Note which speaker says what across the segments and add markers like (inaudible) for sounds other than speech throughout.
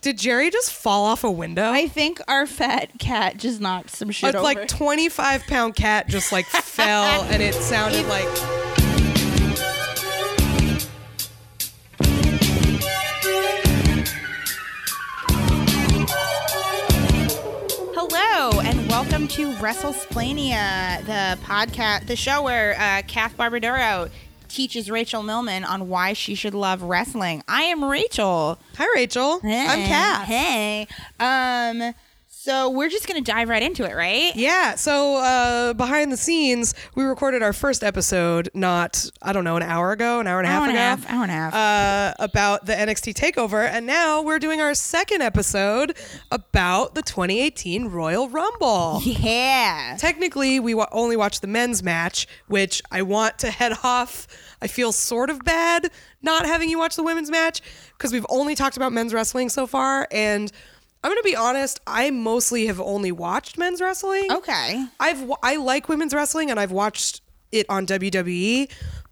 Speaker 1: Did Jerry just fall off a window?
Speaker 2: I think our fat cat just knocked some shit
Speaker 1: a
Speaker 2: over.
Speaker 1: like 25 pound cat just
Speaker 2: (laughs)
Speaker 1: like fell and it sounded like
Speaker 2: Hello and welcome to WrestleSplania, the podcast, the show where uh, Kath Barbadoro teaches Rachel Millman on why she should love wrestling. I am Rachel.
Speaker 1: hi rachel i'm cat
Speaker 2: Kat. Hey. Um. So we're just gonna dive right into it, right?
Speaker 1: yeah so uh, behind the scenes we recorded our first episode not i don't know an hour ago an hour and a half
Speaker 2: Hour and a
Speaker 1: ago
Speaker 2: half. Hour and a half.
Speaker 1: uh, about the NXT takeover, and now we're doing our second episode about the 2018 Royal Rumble.
Speaker 2: yeah.
Speaker 1: Technically, we wa- only watched the men's match, which I want to head off. I feel sort of bad not having you watch the women's match because we've only talked about men's wrestling so far. And I'm going to be honest, I mostly have only watched men's wrestling.
Speaker 2: Okay.
Speaker 1: I've wa- I like women's wrestling and I've watched it on WWE.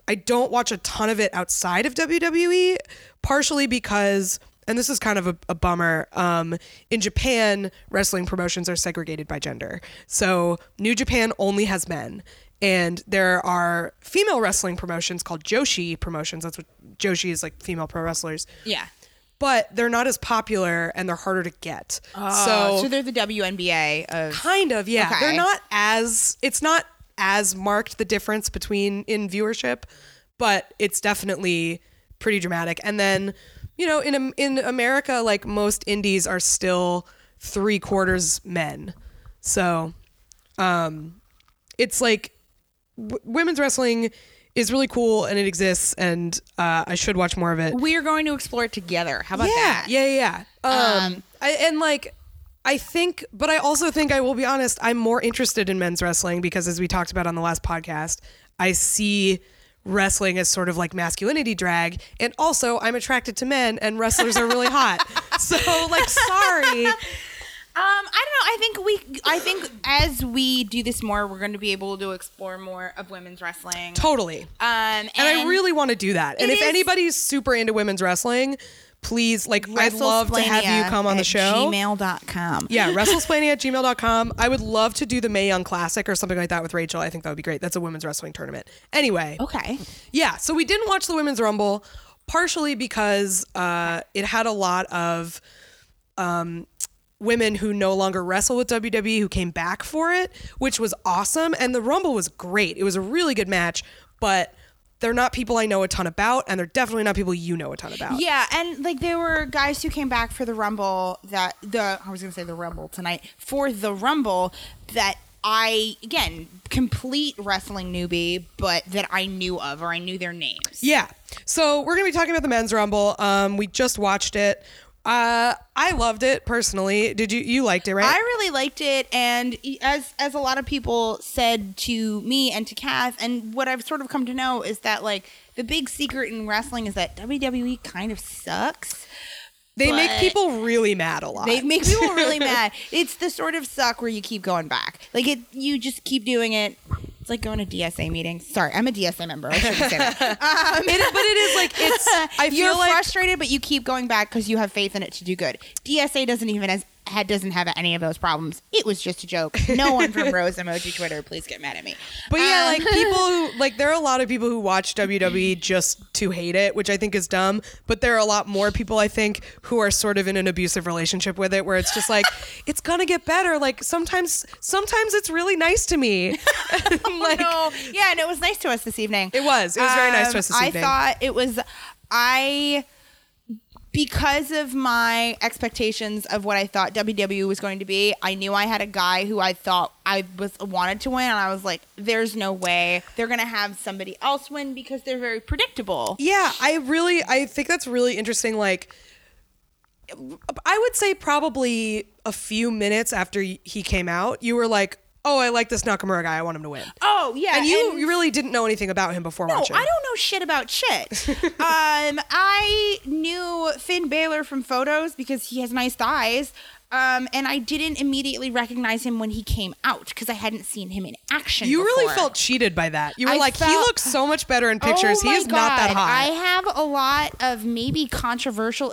Speaker 1: I don't watch a ton of it outside of WWE, partially because and this is kind of a, a bummer. Um, in Japan, wrestling promotions are segregated by gender. So New Japan only has men. And there are female wrestling promotions called Joshi promotions. That's what Joshi is like female pro wrestlers.
Speaker 2: Yeah.
Speaker 1: But they're not as popular and they're harder to get.
Speaker 2: Oh, so they're the WNBA of
Speaker 1: Kind of, yeah.
Speaker 2: Okay.
Speaker 1: They're not as it's not as marked the difference between in viewership, but it's definitely pretty dramatic. And then, you know, in Am- in America, like most indies are still three quarters men, so um, it's like w- women's wrestling is really cool and it exists, and uh, I should watch more of it
Speaker 2: we're going to explore it together. How about
Speaker 1: yeah,
Speaker 2: that?
Speaker 1: Yeah, yeah, yeah. Um, I, and like, I think, but I also think I will be honest. I'm more interested in men's wrestling because, as we talked about on the last podcast, I see wrestling as sort of like masculinity drag, and also I'm attracted to men, and wrestlers are really (laughs) hot. So, like, sorry.
Speaker 2: Um, I don't know. I think we. I think as we do this more, we're going to be able to explore more of women's wrestling.
Speaker 1: Totally.
Speaker 2: Um, and,
Speaker 1: and, I really want to do that. And
Speaker 2: It
Speaker 1: if
Speaker 2: is-
Speaker 1: anybody's super into women's wrestling, please, like, I'd love to have you come on the show.
Speaker 2: Gmail.com.
Speaker 1: Yeah, wrestlesplaining at gmail.com. I would love to do the Mae Young Classic or something like that with Rachel. I think that would be great. That's a women's wrestling tournament. Anyway,
Speaker 2: Okay.
Speaker 1: yeah, so we didn't watch the Women's Rumble, partially because uh, it had a lot of um, women who no longer wrestle with WWE who came back for it, which was awesome. And the Rumble was great. It was a really good match, but they're not people I know a ton about, and they're definitely not people you know a ton about.
Speaker 2: Yeah, and like there were guys who came back for the Rumble that the I was gonna say the Rumble tonight for the Rumble that I again complete wrestling newbie, but that I knew of or I knew their names.
Speaker 1: Yeah. So we're gonna be talking about the men's rumble. Um, we just watched it. Uh, I loved it personally. Did you? You liked it, right?
Speaker 2: I really liked it, and as as a lot of people said to me and to Kath, and what I've sort of come to know is that like the big secret in wrestling is that WWE kind of sucks.
Speaker 1: they make
Speaker 2: but-
Speaker 1: people really mad a lot.
Speaker 2: They make people really mad. It's the sort of suck where you keep going back. Like it, you just keep doing it. It's like going to DSA meetings. Sorry, I'm a DSA member. I shouldn't say that. Um,
Speaker 1: It is- but it is like it's. (laughs) I feel
Speaker 2: you're
Speaker 1: like
Speaker 2: frustrated, but you keep going back because you have faith in it to do good. DSA doesn't even has had doesn't have any of those problems. It was just a joke.
Speaker 1: (laughs)
Speaker 2: No one from Rose Emoji Twitter, please get mad at me.
Speaker 1: But yeah,
Speaker 2: Um, (laughs)
Speaker 1: like people who like there are a lot of people who watch WWE just to hate it, which I think is dumb. But there are a lot more people I think who are sort of in an abusive relationship with it, where it's just like
Speaker 2: (laughs)
Speaker 1: it's gonna get better. Like sometimes, sometimes it's really nice to
Speaker 2: (laughs)
Speaker 1: me. (laughs)
Speaker 2: Oh
Speaker 1: like
Speaker 2: no, yeah, and it was nice to us this evening. Um,
Speaker 1: It was. It was very nice to us this
Speaker 2: I
Speaker 1: evening.
Speaker 2: thought it was. I because of my expectations of what I thought WWE was going to be, I knew I had a guy who I thought I was wanted to win, and I was like, "There's no way they're gonna have somebody else win because they're very predictable."
Speaker 1: Yeah, I really I think that's really interesting like I would say probably a few minutes after he came out, you were like, "Oh, I like this Nakamura guy. I want him to win."
Speaker 2: Oh yeah,
Speaker 1: and you
Speaker 2: and-
Speaker 1: you really didn't know anything about him before
Speaker 2: No,
Speaker 1: watching.
Speaker 2: I don't know shit
Speaker 1: (laughs)
Speaker 2: about shit. um, I knew Finn Balor from photos because he has nice thighs. Um, and I didn't immediately recognize him when he came out because I hadn't seen him in action.
Speaker 1: You really
Speaker 2: before.
Speaker 1: felt cheated by that. You were
Speaker 2: I
Speaker 1: like, he
Speaker 2: felt-
Speaker 1: looks so much better in pictures.
Speaker 2: Oh
Speaker 1: he
Speaker 2: my
Speaker 1: is not that
Speaker 2: God.
Speaker 1: hot.
Speaker 2: I have a lot of maybe controversial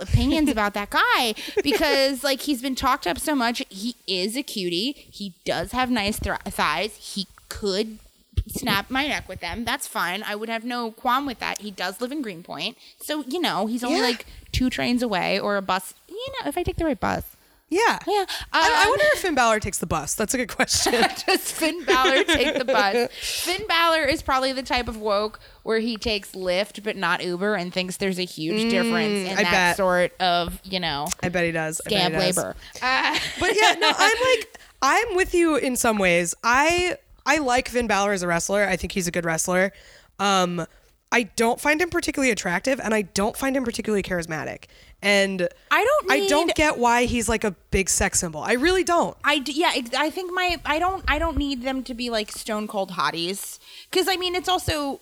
Speaker 1: (laughs)
Speaker 2: opinions about that guy because like he's been talked up so much. He is a cutie. He does have nice thr thighs. He could snap my neck with them. That's fine. I would have no qualm with that. He does live in Greenpoint, so you know he's only
Speaker 1: Yeah.
Speaker 2: like two trains away or a bus. You know, if I take the right bus.
Speaker 1: yeah.
Speaker 2: Yeah.
Speaker 1: I, I
Speaker 2: Um,
Speaker 1: wonder if Finn Balor takes the bus. That's a good question.
Speaker 2: (laughs) Does Finn Balor take the (laughs) bus? Finn Balor is probably the type of woke where he takes Lyft but not Uber and thinks there's a huge difference in
Speaker 1: I
Speaker 2: that
Speaker 1: bet.
Speaker 2: sort of, you know,
Speaker 1: I bet he does. I bet he
Speaker 2: scab
Speaker 1: does.
Speaker 2: labor. Uh,
Speaker 1: But yeah, no, I'm like, I'm with you in some ways. I I like Finn Balor as a wrestler. I think he's a good wrestler. Um, I don't find him particularly attractive, and I don't find him particularly charismatic. And
Speaker 2: I don't
Speaker 1: I don't
Speaker 2: need-
Speaker 1: get why he's like a big sex symbol. I really don't.
Speaker 2: I d- yeah, ex- I think my I don't I don't need them to be like stone cold hotties because I mean it's also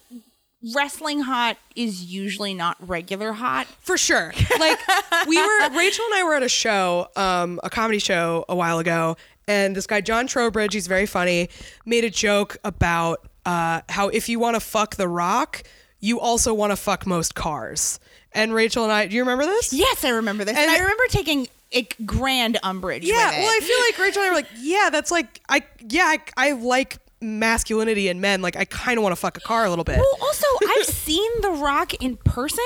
Speaker 2: wrestling hot is usually not regular hot.
Speaker 1: for sure. Like we were (laughs) Rachel and I were at a show, um, a comedy show a while ago, and this guy John Trowbridge, he's very funny, made a joke about uh, how if you want to fuck The Rock, you also want to fuck most cars. And Rachel and I, do you remember this?
Speaker 2: Yes, I remember this, and,
Speaker 1: And-
Speaker 2: I remember taking a grand umbrage.
Speaker 1: Yeah,
Speaker 2: with it.
Speaker 1: well, I feel like Rachel and I were like, yeah, that's like I, yeah, I, I like masculinity in men. Like I kind of want to fuck a car a little bit.
Speaker 2: Well, also,
Speaker 1: (laughs)
Speaker 2: I've seen The Rock in person.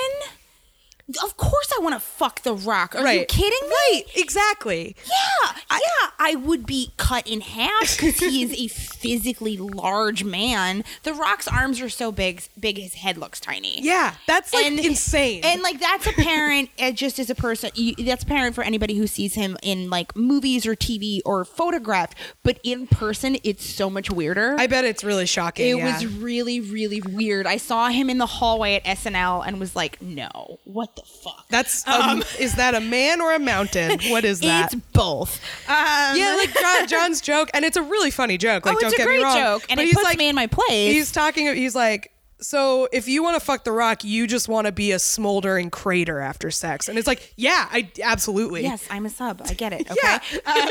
Speaker 2: Of course, I want to fuck The Rock. Are you
Speaker 1: Right.
Speaker 2: kidding me?
Speaker 1: Right, exactly.
Speaker 2: Yeah, yeah, I would be cut in half because he is
Speaker 1: (laughs)
Speaker 2: a physically large man. The Rock's arms are so big, big his head looks tiny.
Speaker 1: Yeah, that's like insane.
Speaker 2: And like
Speaker 1: (laughs)
Speaker 2: that's apparent uh, just as a person. You, that's apparent for anybody who sees him in like movies or TV or photographed. But in person, it's so much weirder.
Speaker 1: I bet it's really shocking.
Speaker 2: It
Speaker 1: yeah.
Speaker 2: was really, really weird. I saw him in the hallway at SNL and was like, no, what the fuck?
Speaker 1: That's um, is that a man or a mountain? What is that?
Speaker 2: It's both. Um,
Speaker 1: yeah, like John, John's joke, and it's a really funny joke. Like,
Speaker 2: oh,
Speaker 1: don't
Speaker 2: it's a
Speaker 1: get
Speaker 2: great
Speaker 1: me wrong.
Speaker 2: joke, and
Speaker 1: but
Speaker 2: it
Speaker 1: he's
Speaker 2: puts
Speaker 1: like,
Speaker 2: me in my place.
Speaker 1: he's talking. He's like, so if you want to fuck the rock, you just want to be a smoldering crater after sex, and it's like, yeah, I absolutely,
Speaker 2: yes, I'm a sub. I get it. Okay.
Speaker 1: (laughs) yeah,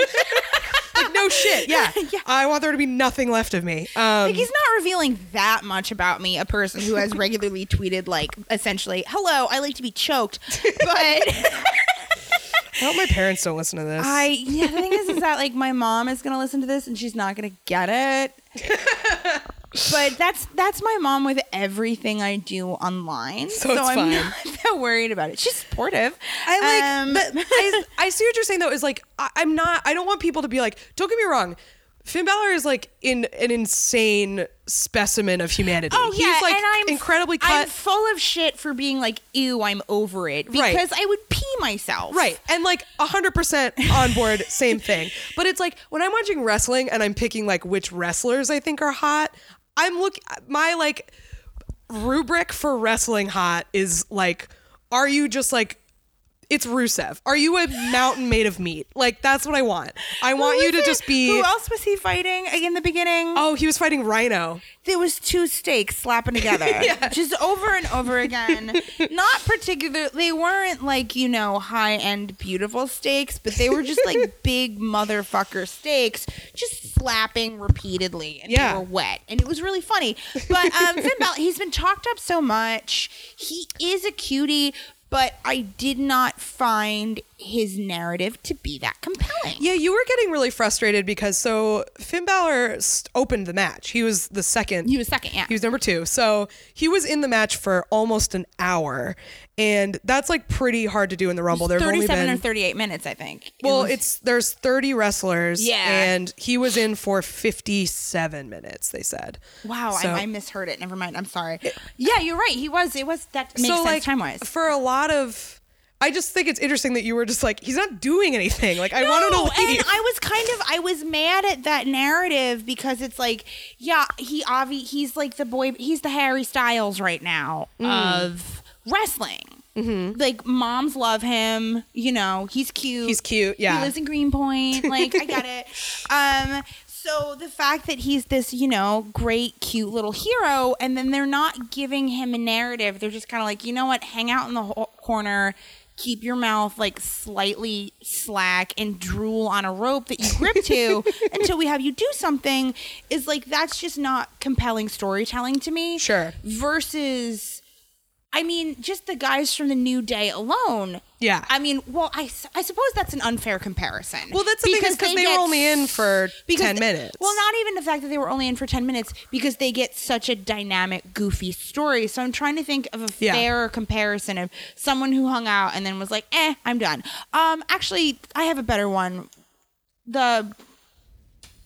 Speaker 1: like no shit, yeah.
Speaker 2: (laughs) Yeah.
Speaker 1: I want there to be nothing left of me. Um,
Speaker 2: Like he's not revealing that much about me, a person
Speaker 1: (laughs)
Speaker 2: who has regularly tweeted like essentially, "Hello, I like to
Speaker 1: (laughs)
Speaker 2: be choked," but
Speaker 1: I hope my parents don't listen to this.
Speaker 2: I yeah, the thing is is that like my mom is gonna listen to this and she's not gonna get
Speaker 1: (laughs)
Speaker 2: it. but that's that's my mom with everything I do online. So,
Speaker 1: it's
Speaker 2: I'm
Speaker 1: fine.
Speaker 2: not (laughs) that worried about it. She's supportive.
Speaker 1: I
Speaker 2: Um,
Speaker 1: like.
Speaker 2: (laughs)
Speaker 1: but I, I see what you're saying though. Is like I, I'm not. I don't want people to be like. Don't get me wrong. Finn Balor is like in an insane specimen of humanity.
Speaker 2: Oh yeah,
Speaker 1: he's like
Speaker 2: and I'm
Speaker 1: incredibly
Speaker 2: I'm
Speaker 1: cut.
Speaker 2: full of shit for being like, ew, I'm over it because
Speaker 1: Right.
Speaker 2: I would pee myself.
Speaker 1: Right. And like 100% on board, same thing. But it's like when I'm watching wrestling and I'm picking like which wrestlers I think are hot, I'm look my like rubric for wrestling hot is like are you just like it's Rusev. Are you a mountain made of meat? Like that's what I want. I
Speaker 2: Who
Speaker 1: want you to
Speaker 2: was it?
Speaker 1: just be
Speaker 2: Who else was he fighting in the beginning?
Speaker 1: Oh, he was fighting Rhino.
Speaker 2: there was two steaks
Speaker 1: (laughs)
Speaker 2: slapping together just over and over again not particular they weren't like you know high end beautiful steaks but they were just
Speaker 1: (laughs)
Speaker 2: like big motherfucker steaks just slapping repeatedly and
Speaker 1: Yeah.
Speaker 2: they were wet and it was really funny but
Speaker 1: (laughs)
Speaker 2: um Finn Balor, he's been talked up so much he is a cutie but I did not find his narrative to be that compelling.
Speaker 1: Yeah, you were getting really frustrated because so Finn Balor st- opened the match. He was the second.
Speaker 2: He was second, yeah.
Speaker 1: He was number two. So he was in the match for almost an hour, and that's like pretty hard to do in the Rumble. There've only
Speaker 2: 37 or
Speaker 1: been
Speaker 2: 38 minutes, I think.
Speaker 1: well, it's there's 30 wrestlers.
Speaker 2: Yeah.
Speaker 1: and he was in for 57 minutes. They said.
Speaker 2: Wow,
Speaker 1: So-
Speaker 2: I, I misheard it. Never mind. I'm sorry. yeah, you're right. He was. It was that makes
Speaker 1: so
Speaker 2: sense
Speaker 1: like
Speaker 2: time wise.
Speaker 1: for a lot of. I just think it's interesting that you were just like he's not doing anything. Like I want
Speaker 2: No,
Speaker 1: him to leave.
Speaker 2: and I was kind of I was mad at that narrative because it's like, yeah, he obvi he's like the boy, he's the Harry Styles right now
Speaker 1: Mm.
Speaker 2: of wrestling.
Speaker 1: Mm-hmm.
Speaker 2: Like moms love him, you know. He's cute.
Speaker 1: He's cute, yeah.
Speaker 2: He lives in Greenpoint. Like I
Speaker 1: (laughs)
Speaker 2: got it. Um. So the fact that he's this, you know, great, cute little hero, and then they're not giving him a narrative. They're just kind of like, you know what? Hang out in the ho- corner. keep your mouth like slightly slack and drool on a rope that you grip to
Speaker 1: (laughs)
Speaker 2: until we have you do something is like that's just not compelling storytelling to me.
Speaker 1: Sure.
Speaker 2: Versus I mean, just the guys from the New Day alone.
Speaker 1: Yeah.
Speaker 2: I mean, well, I, s- I suppose that's an unfair comparison.
Speaker 1: Well, that's the thing is 'cause they were
Speaker 2: get
Speaker 1: only in for
Speaker 2: because
Speaker 1: 10
Speaker 2: they-
Speaker 1: minutes.
Speaker 2: Well, not even the fact that they were only in for 10 minutes because they get such a dynamic, goofy story. So I'm trying to think of a
Speaker 1: Yeah.
Speaker 2: fair comparison of someone who hung out and then was like, eh, I'm done. Um, actually, I have a better one. The.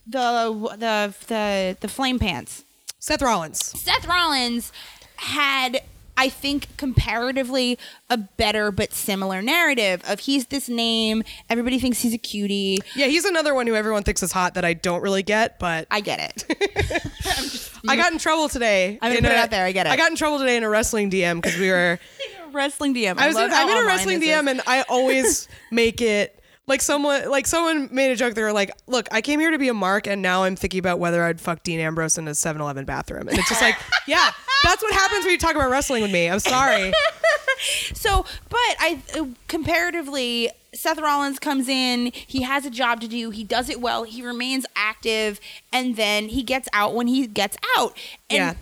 Speaker 2: The the the the flame pants.
Speaker 1: Seth Rollins.
Speaker 2: Seth Rollins had, I think, comparatively a better but similar narrative of he's this name, everybody thinks he's a cutie.
Speaker 1: Yeah, he's another one who everyone thinks is hot that I don't really get, but I,
Speaker 2: I get
Speaker 1: (laughs)
Speaker 2: it.
Speaker 1: got in trouble today.
Speaker 2: I'm gonna
Speaker 1: in
Speaker 2: put it
Speaker 1: a-
Speaker 2: out there, I get it.
Speaker 1: I got in trouble today in a wrestling DM because we were.
Speaker 2: (laughs) wrestling DM.
Speaker 1: I was
Speaker 2: love
Speaker 1: in,
Speaker 2: how
Speaker 1: I'm in a
Speaker 2: online
Speaker 1: wrestling
Speaker 2: this is.
Speaker 1: DM and I always
Speaker 2: (laughs)
Speaker 1: make it like someone like someone made a joke. They were like, "Look, I came here to be a mark, and now I'm thinking about whether I'd fuck Dean Ambrose in a 7-Eleven bathroom." And it's just
Speaker 2: (laughs)
Speaker 1: like, yeah, that's what happens when you talk about wrestling with me. I'm
Speaker 2: (laughs)
Speaker 1: sorry.
Speaker 2: So, but I uh, comparatively, Seth Rollins comes in. He has a job to do. He does it well. He remains active, and then he gets out when he gets out. And
Speaker 1: Yeah.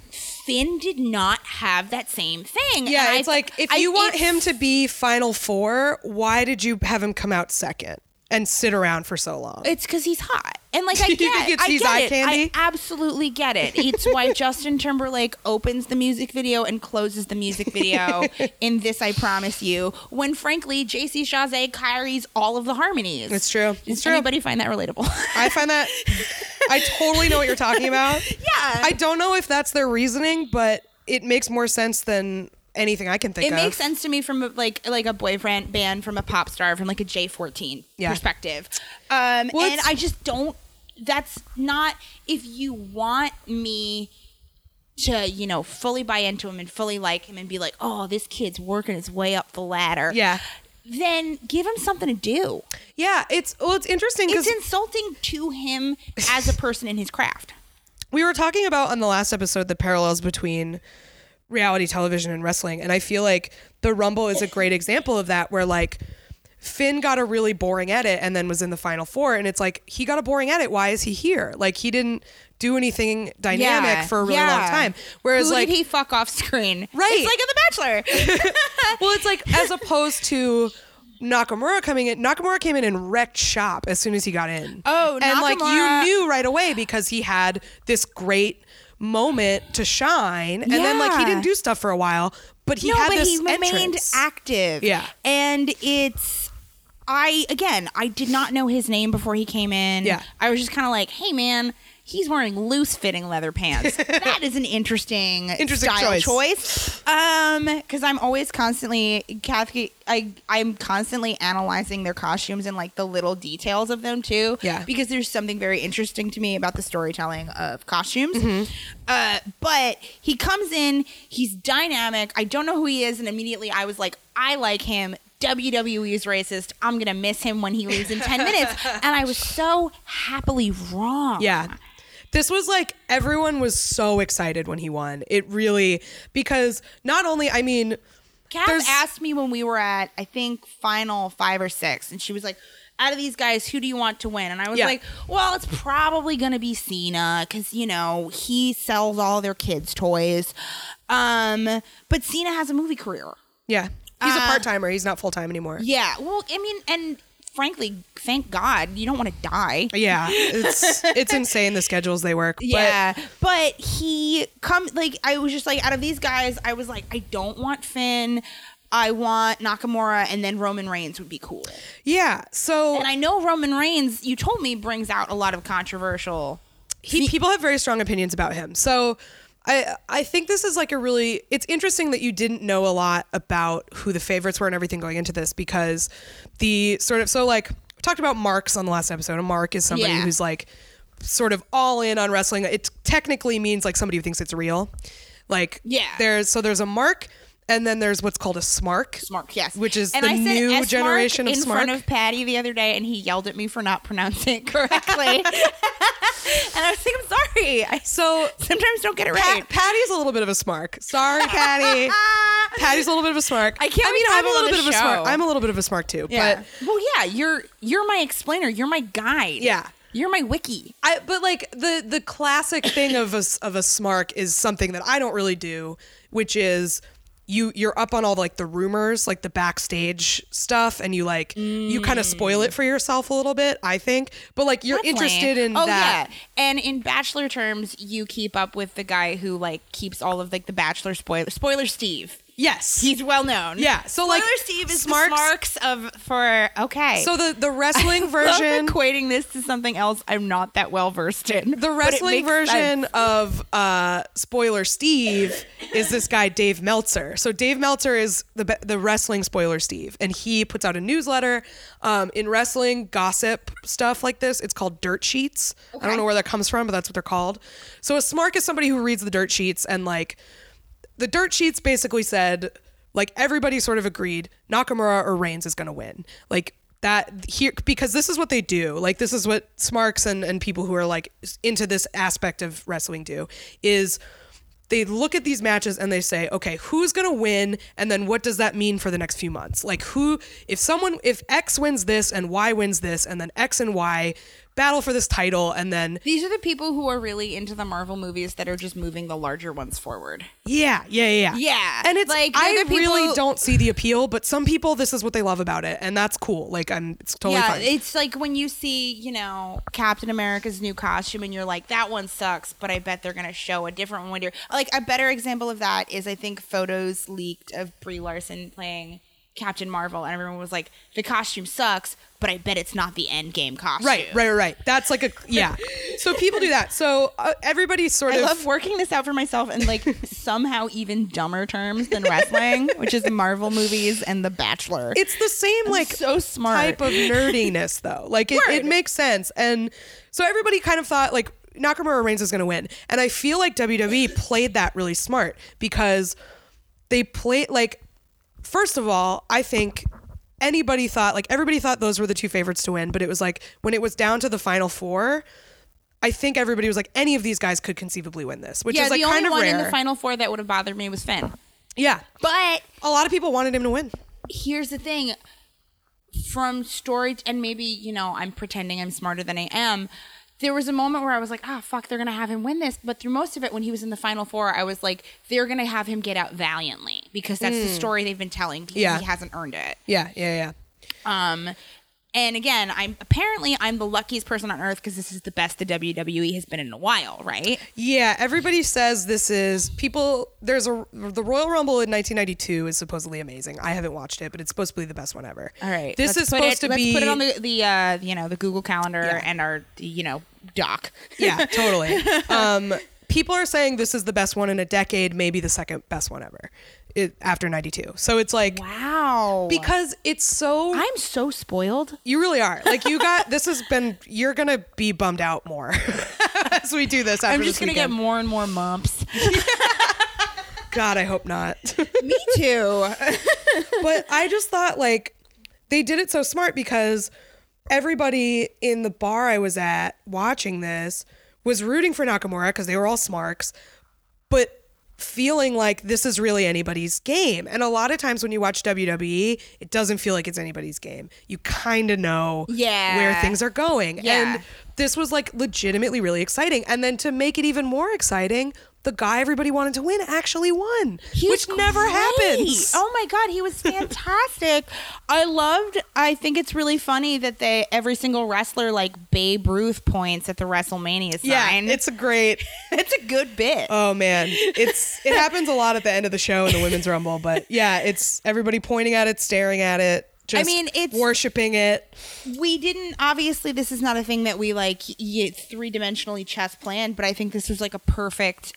Speaker 2: Finn did not have that same thing.
Speaker 1: Yeah,
Speaker 2: And I-
Speaker 1: it's like if
Speaker 2: I-
Speaker 1: you want
Speaker 2: it
Speaker 1: him to be final four, why did you have him come out second and sit around for so long?
Speaker 2: It's because he's hot,
Speaker 1: (laughs)
Speaker 2: and like I
Speaker 1: You
Speaker 2: get,
Speaker 1: think it's
Speaker 2: I
Speaker 1: he's
Speaker 2: get
Speaker 1: eye
Speaker 2: it.
Speaker 1: candy?
Speaker 2: I absolutely get it. It's
Speaker 1: (laughs)
Speaker 2: why Justin Timberlake opens the music video and closes the music video
Speaker 1: (laughs)
Speaker 2: in "This I Promise You." When frankly, J.C. Chazé carries all of the harmonies.
Speaker 1: It's true.
Speaker 2: Does
Speaker 1: It's true.
Speaker 2: Anybody find that relatable? (laughs)
Speaker 1: I find that I totally know what you're talking about.
Speaker 2: (laughs)
Speaker 1: Yeah. I don't know if that's their reasoning, but it makes more sense than anything I can think
Speaker 2: it
Speaker 1: of.
Speaker 2: makes sense to me from a, like like a boyfriend band from a pop star from like a J fourteen
Speaker 1: Yeah.
Speaker 2: perspective, um,
Speaker 1: Well,
Speaker 2: and
Speaker 1: it's-
Speaker 2: I just don't. That's not if you want me to you know fully buy into him and fully like him and be like, oh, this kid's working his way up the ladder.
Speaker 1: Yeah.
Speaker 2: Then give him something to do.
Speaker 1: Yeah, it's well, it's interesting because
Speaker 2: It's insulting to him as a person in his craft.
Speaker 1: we were talking about on the last episode the parallels between reality television and wrestling and i feel like the rumble is a great example of that where like finn got a really boring edit and then was in the final four and it's like he got a boring edit why is he here like he didn't do anything dynamic for a really long
Speaker 2: yeah.
Speaker 1: time whereas
Speaker 2: Who
Speaker 1: like
Speaker 2: did he fuck off screen?
Speaker 1: Right.
Speaker 2: It's like in The Bachelor.
Speaker 1: well it's like as opposed to Nakamura coming in. Nakamura came in and wrecked shop as soon as he got in.
Speaker 2: Oh,
Speaker 1: and like you
Speaker 2: Nakamura-
Speaker 1: knew right away because he had this great moment to shine, and then like he
Speaker 2: Yeah.
Speaker 1: didn't do stuff for a while, but he
Speaker 2: no,
Speaker 1: had
Speaker 2: but
Speaker 1: this
Speaker 2: he remained
Speaker 1: entrance.
Speaker 2: active.
Speaker 1: Yeah.
Speaker 2: and it's I again. I did not know his name before he came in.
Speaker 1: Yeah.
Speaker 2: I was just kind of like, hey man. He's wearing loose-fitting leather
Speaker 1: (laughs)
Speaker 2: pants. That is an interesting,
Speaker 1: Interesting
Speaker 2: style
Speaker 1: choice.
Speaker 2: choice. Um, because I'm always constantly Kathy. I I'm constantly analyzing their costumes and like the little details of them too.
Speaker 1: Yeah.
Speaker 2: because there's something very interesting to me about the storytelling of costumes.
Speaker 1: Mm-hmm.
Speaker 2: Uh, but he comes in, he's dynamic. I don't know who he is, and immediately I was like, I like him. WWE is racist. I'm gonna miss him when he leaves in ten
Speaker 1: (laughs)
Speaker 2: minutes, and I was so happily wrong.
Speaker 1: Yeah. This was like everyone was so excited when he won. It really because not only I mean
Speaker 2: Kat
Speaker 1: There's-
Speaker 2: asked me when we were at I think final five or six, and she was like, "Out of these guys, who do you want to win?" And I was
Speaker 1: Yeah.
Speaker 2: like, "Well, it's probably gonna be Cena because you know he sells all their kids' toys." Um, but Cena has a movie career.
Speaker 1: yeah he's a
Speaker 2: Uh,
Speaker 1: part timer. He's not full time anymore.
Speaker 2: Yeah. Well, I mean, and frankly, thank God you don't want to die.
Speaker 1: Yeah, it's
Speaker 2: (laughs)
Speaker 1: it's insane the schedules they work. but
Speaker 2: Yeah, but he come like I was just like out of these guys, I was like I don't want Finn, I want Nakamura, and then Roman Reigns would be cool.
Speaker 1: yeah. So
Speaker 2: And I know Roman Reigns, you told me, brings out a lot of controversial.
Speaker 1: he people have very strong opinions about him. So I I think this is like a really it's interesting that you didn't know a lot about who the favorites were and everything going into this because the sort of so like we talked about marks on the last episode. A mark is somebody
Speaker 2: Yeah.
Speaker 1: who's like sort of all in on wrestling. It technically means like somebody who thinks it's real. Like
Speaker 2: Yeah.
Speaker 1: there's so there's a mark And then there's what's called a SMARC.
Speaker 2: Smark, yes.
Speaker 1: Which is
Speaker 2: and
Speaker 1: the
Speaker 2: I said
Speaker 1: new
Speaker 2: S-mark
Speaker 1: generation of
Speaker 2: in
Speaker 1: smark.
Speaker 2: front of Patty the other day, and he yelled at me for not pronouncing it (laughs) correctly. and I was like, I'm sorry. I
Speaker 1: So
Speaker 2: sometimes don't get it
Speaker 1: Pa-
Speaker 2: right.
Speaker 1: Patty's a little bit of a smark. Sorry,
Speaker 2: (laughs)
Speaker 1: Patty. Patty's a little bit of a smark.
Speaker 2: I can't
Speaker 1: I mean,
Speaker 2: wait to
Speaker 1: I'm
Speaker 2: have
Speaker 1: a
Speaker 2: her on
Speaker 1: little
Speaker 2: the
Speaker 1: bit of a smark.
Speaker 2: show.
Speaker 1: I'm a little bit of a smark too. But
Speaker 2: well, yeah, you're you're my explainer. You're my guide.
Speaker 1: Yeah.
Speaker 2: You're my wiki.
Speaker 1: I, but like the the classic thing of a s- of a smark is something that I don't really do, which is you you're up on all like the rumors, like the backstage stuff, and you like you kind of spoil
Speaker 2: Mm.
Speaker 1: it for yourself a little bit. I think, but like you're
Speaker 2: Definitely.
Speaker 1: interested in
Speaker 2: oh,
Speaker 1: that.
Speaker 2: yeah. And in bachelor terms, you keep up with the guy who like keeps all of like the bachelor spoiler spoiler Steve.
Speaker 1: Yes.
Speaker 2: He's well known.
Speaker 1: Yeah, so,
Speaker 2: spoiler
Speaker 1: like,
Speaker 2: Steve is
Speaker 1: Smarks-
Speaker 2: the marks of for okay.
Speaker 1: so the the
Speaker 2: (laughs)
Speaker 1: wrestling version.
Speaker 2: I'm equating this to something else I'm not that well versed in.
Speaker 1: The wrestling version of uh, spoiler Steve is this guy Dave Meltzer. So Dave Meltzer is the be- the wrestling spoiler Steve, and he puts out a newsletter um, in wrestling gossip stuff like this. It's called Dirt Sheets. I don't know where that comes from, but that's what they're called. So a smark is somebody who reads the dirt sheets and like the dirt sheets basically said like everybody sort of agreed Nakamura or Reigns is going to win. Like that here because this is what they do. Like this is what smarks and and people who are like into this aspect of wrestling do is they look at these matches and they say, okay, who's going to win? And then what does that mean for the next few months? Like, who, if someone, if X wins this and Y wins this, and then X and Y battle for this title, and then
Speaker 2: These are the people who are really into the Marvel movies that are just moving the larger ones forward.
Speaker 1: Yeah, yeah, yeah,
Speaker 2: Yeah,
Speaker 1: And it's like
Speaker 2: like,
Speaker 1: I
Speaker 2: they're the
Speaker 1: really
Speaker 2: people-
Speaker 1: don't see the appeal, but some people this is what they love about it, and that's cool. Like I'm, it's totally
Speaker 2: yeah,
Speaker 1: fine.
Speaker 2: it's like when you see, you know, Captain America's new costume and you're like, that one sucks, but I bet they're going to show a different one. later." Like, a better example of that is I think photos leaked of Brie Larson playing Captain Marvel, and everyone was like, the costume sucks, but I bet it's not the end game costume.
Speaker 1: right, right, right, right. That's like a yeah. so people do that. So uh, everybody sort
Speaker 2: I
Speaker 1: of
Speaker 2: love working this out for myself
Speaker 1: (laughs)
Speaker 2: in like somehow even dumber terms than wrestling, which is Marvel movies and The Bachelor.
Speaker 1: it's the same like
Speaker 2: so smart.
Speaker 1: type of nerdiness though. Like it, it
Speaker 2: Word.
Speaker 1: makes sense, and so everybody kind of thought like Nakamura Reigns is going to win, and I feel like WWE played that really smart because they played like first of all, I think anybody thought like everybody thought those were the two favorites to win, but it was like when it was down to the final four. I think everybody was like, any of these guys could conceivably win this, which
Speaker 2: yeah,
Speaker 1: is like
Speaker 2: the only
Speaker 1: kind of
Speaker 2: one
Speaker 1: rare.
Speaker 2: in the final four that would have bothered me was Finn.
Speaker 1: yeah,
Speaker 2: But
Speaker 1: a lot of people wanted him to win.
Speaker 2: here's the thing from storage and maybe you know i'm pretending i'm smarter than i am there was a moment where i was like ah fuck they're gonna have him win this but through most of it when he was in the final four i was like they're gonna have him get out valiantly because that's the story they've been telling because
Speaker 1: Yeah.
Speaker 2: he hasn't earned it
Speaker 1: Yeah, yeah, yeah.
Speaker 2: um and again i'm apparently i'm the luckiest person on earth because this is the best the wwe has been in a while right
Speaker 1: Yeah, everybody says this is people. There's a the Royal Rumble in 1992 is supposedly amazing. I haven't watched it, but it's supposed to be the best one ever.
Speaker 2: all right
Speaker 1: this
Speaker 2: let's
Speaker 1: is
Speaker 2: put
Speaker 1: supposed
Speaker 2: it-
Speaker 1: to
Speaker 2: let's
Speaker 1: be
Speaker 2: put it on the, the uh you know the google calendar
Speaker 1: Yeah.
Speaker 2: and our you know doc (laughs)
Speaker 1: yeah, totally. Um, people are saying this is the best one in a decade, maybe the second best one ever, it, after '92. So it's like
Speaker 2: wow
Speaker 1: because it's so
Speaker 2: I'm so spoiled.
Speaker 1: you really are like you got (laughs) this has been you're gonna be bummed out more (laughs) as we do this. After
Speaker 2: I'm
Speaker 1: this
Speaker 2: just gonna get
Speaker 1: weekend.
Speaker 2: more and more mumps.
Speaker 1: God, I hope not.
Speaker 2: (laughs)
Speaker 1: (laughs)
Speaker 2: Me (laughs) too.
Speaker 1: but I just thought like they did it so smart because everybody in the bar I was at watching this was rooting for Nakamura because they were all smarks, but feeling like this is really anybody's game. And a lot of times when you watch WWE, it doesn't feel like it's anybody's game. You kind of know
Speaker 2: Yeah.
Speaker 1: where things are going.
Speaker 2: Yeah.
Speaker 1: And this was like legitimately really exciting. And then to make it even more exciting, the guy everybody wanted to win actually won, which never happens.
Speaker 2: Oh my god, he was fantastic. I loved. I think it's really funny that they every single wrestler like Babe Ruth points at the WrestleMania sign.
Speaker 1: Yeah, it's a great.
Speaker 2: (laughs) it's a good bit.
Speaker 1: Oh man, it's
Speaker 2: (laughs)
Speaker 1: it happens a lot at the end of the show in the women's rumble, but yeah, it's everybody pointing at it, staring at it. Just
Speaker 2: mean, it's-
Speaker 1: worshiping it.
Speaker 2: we didn't obviously this is not a thing that we like y- three-dimensionally chess planned but i think this was like a perfect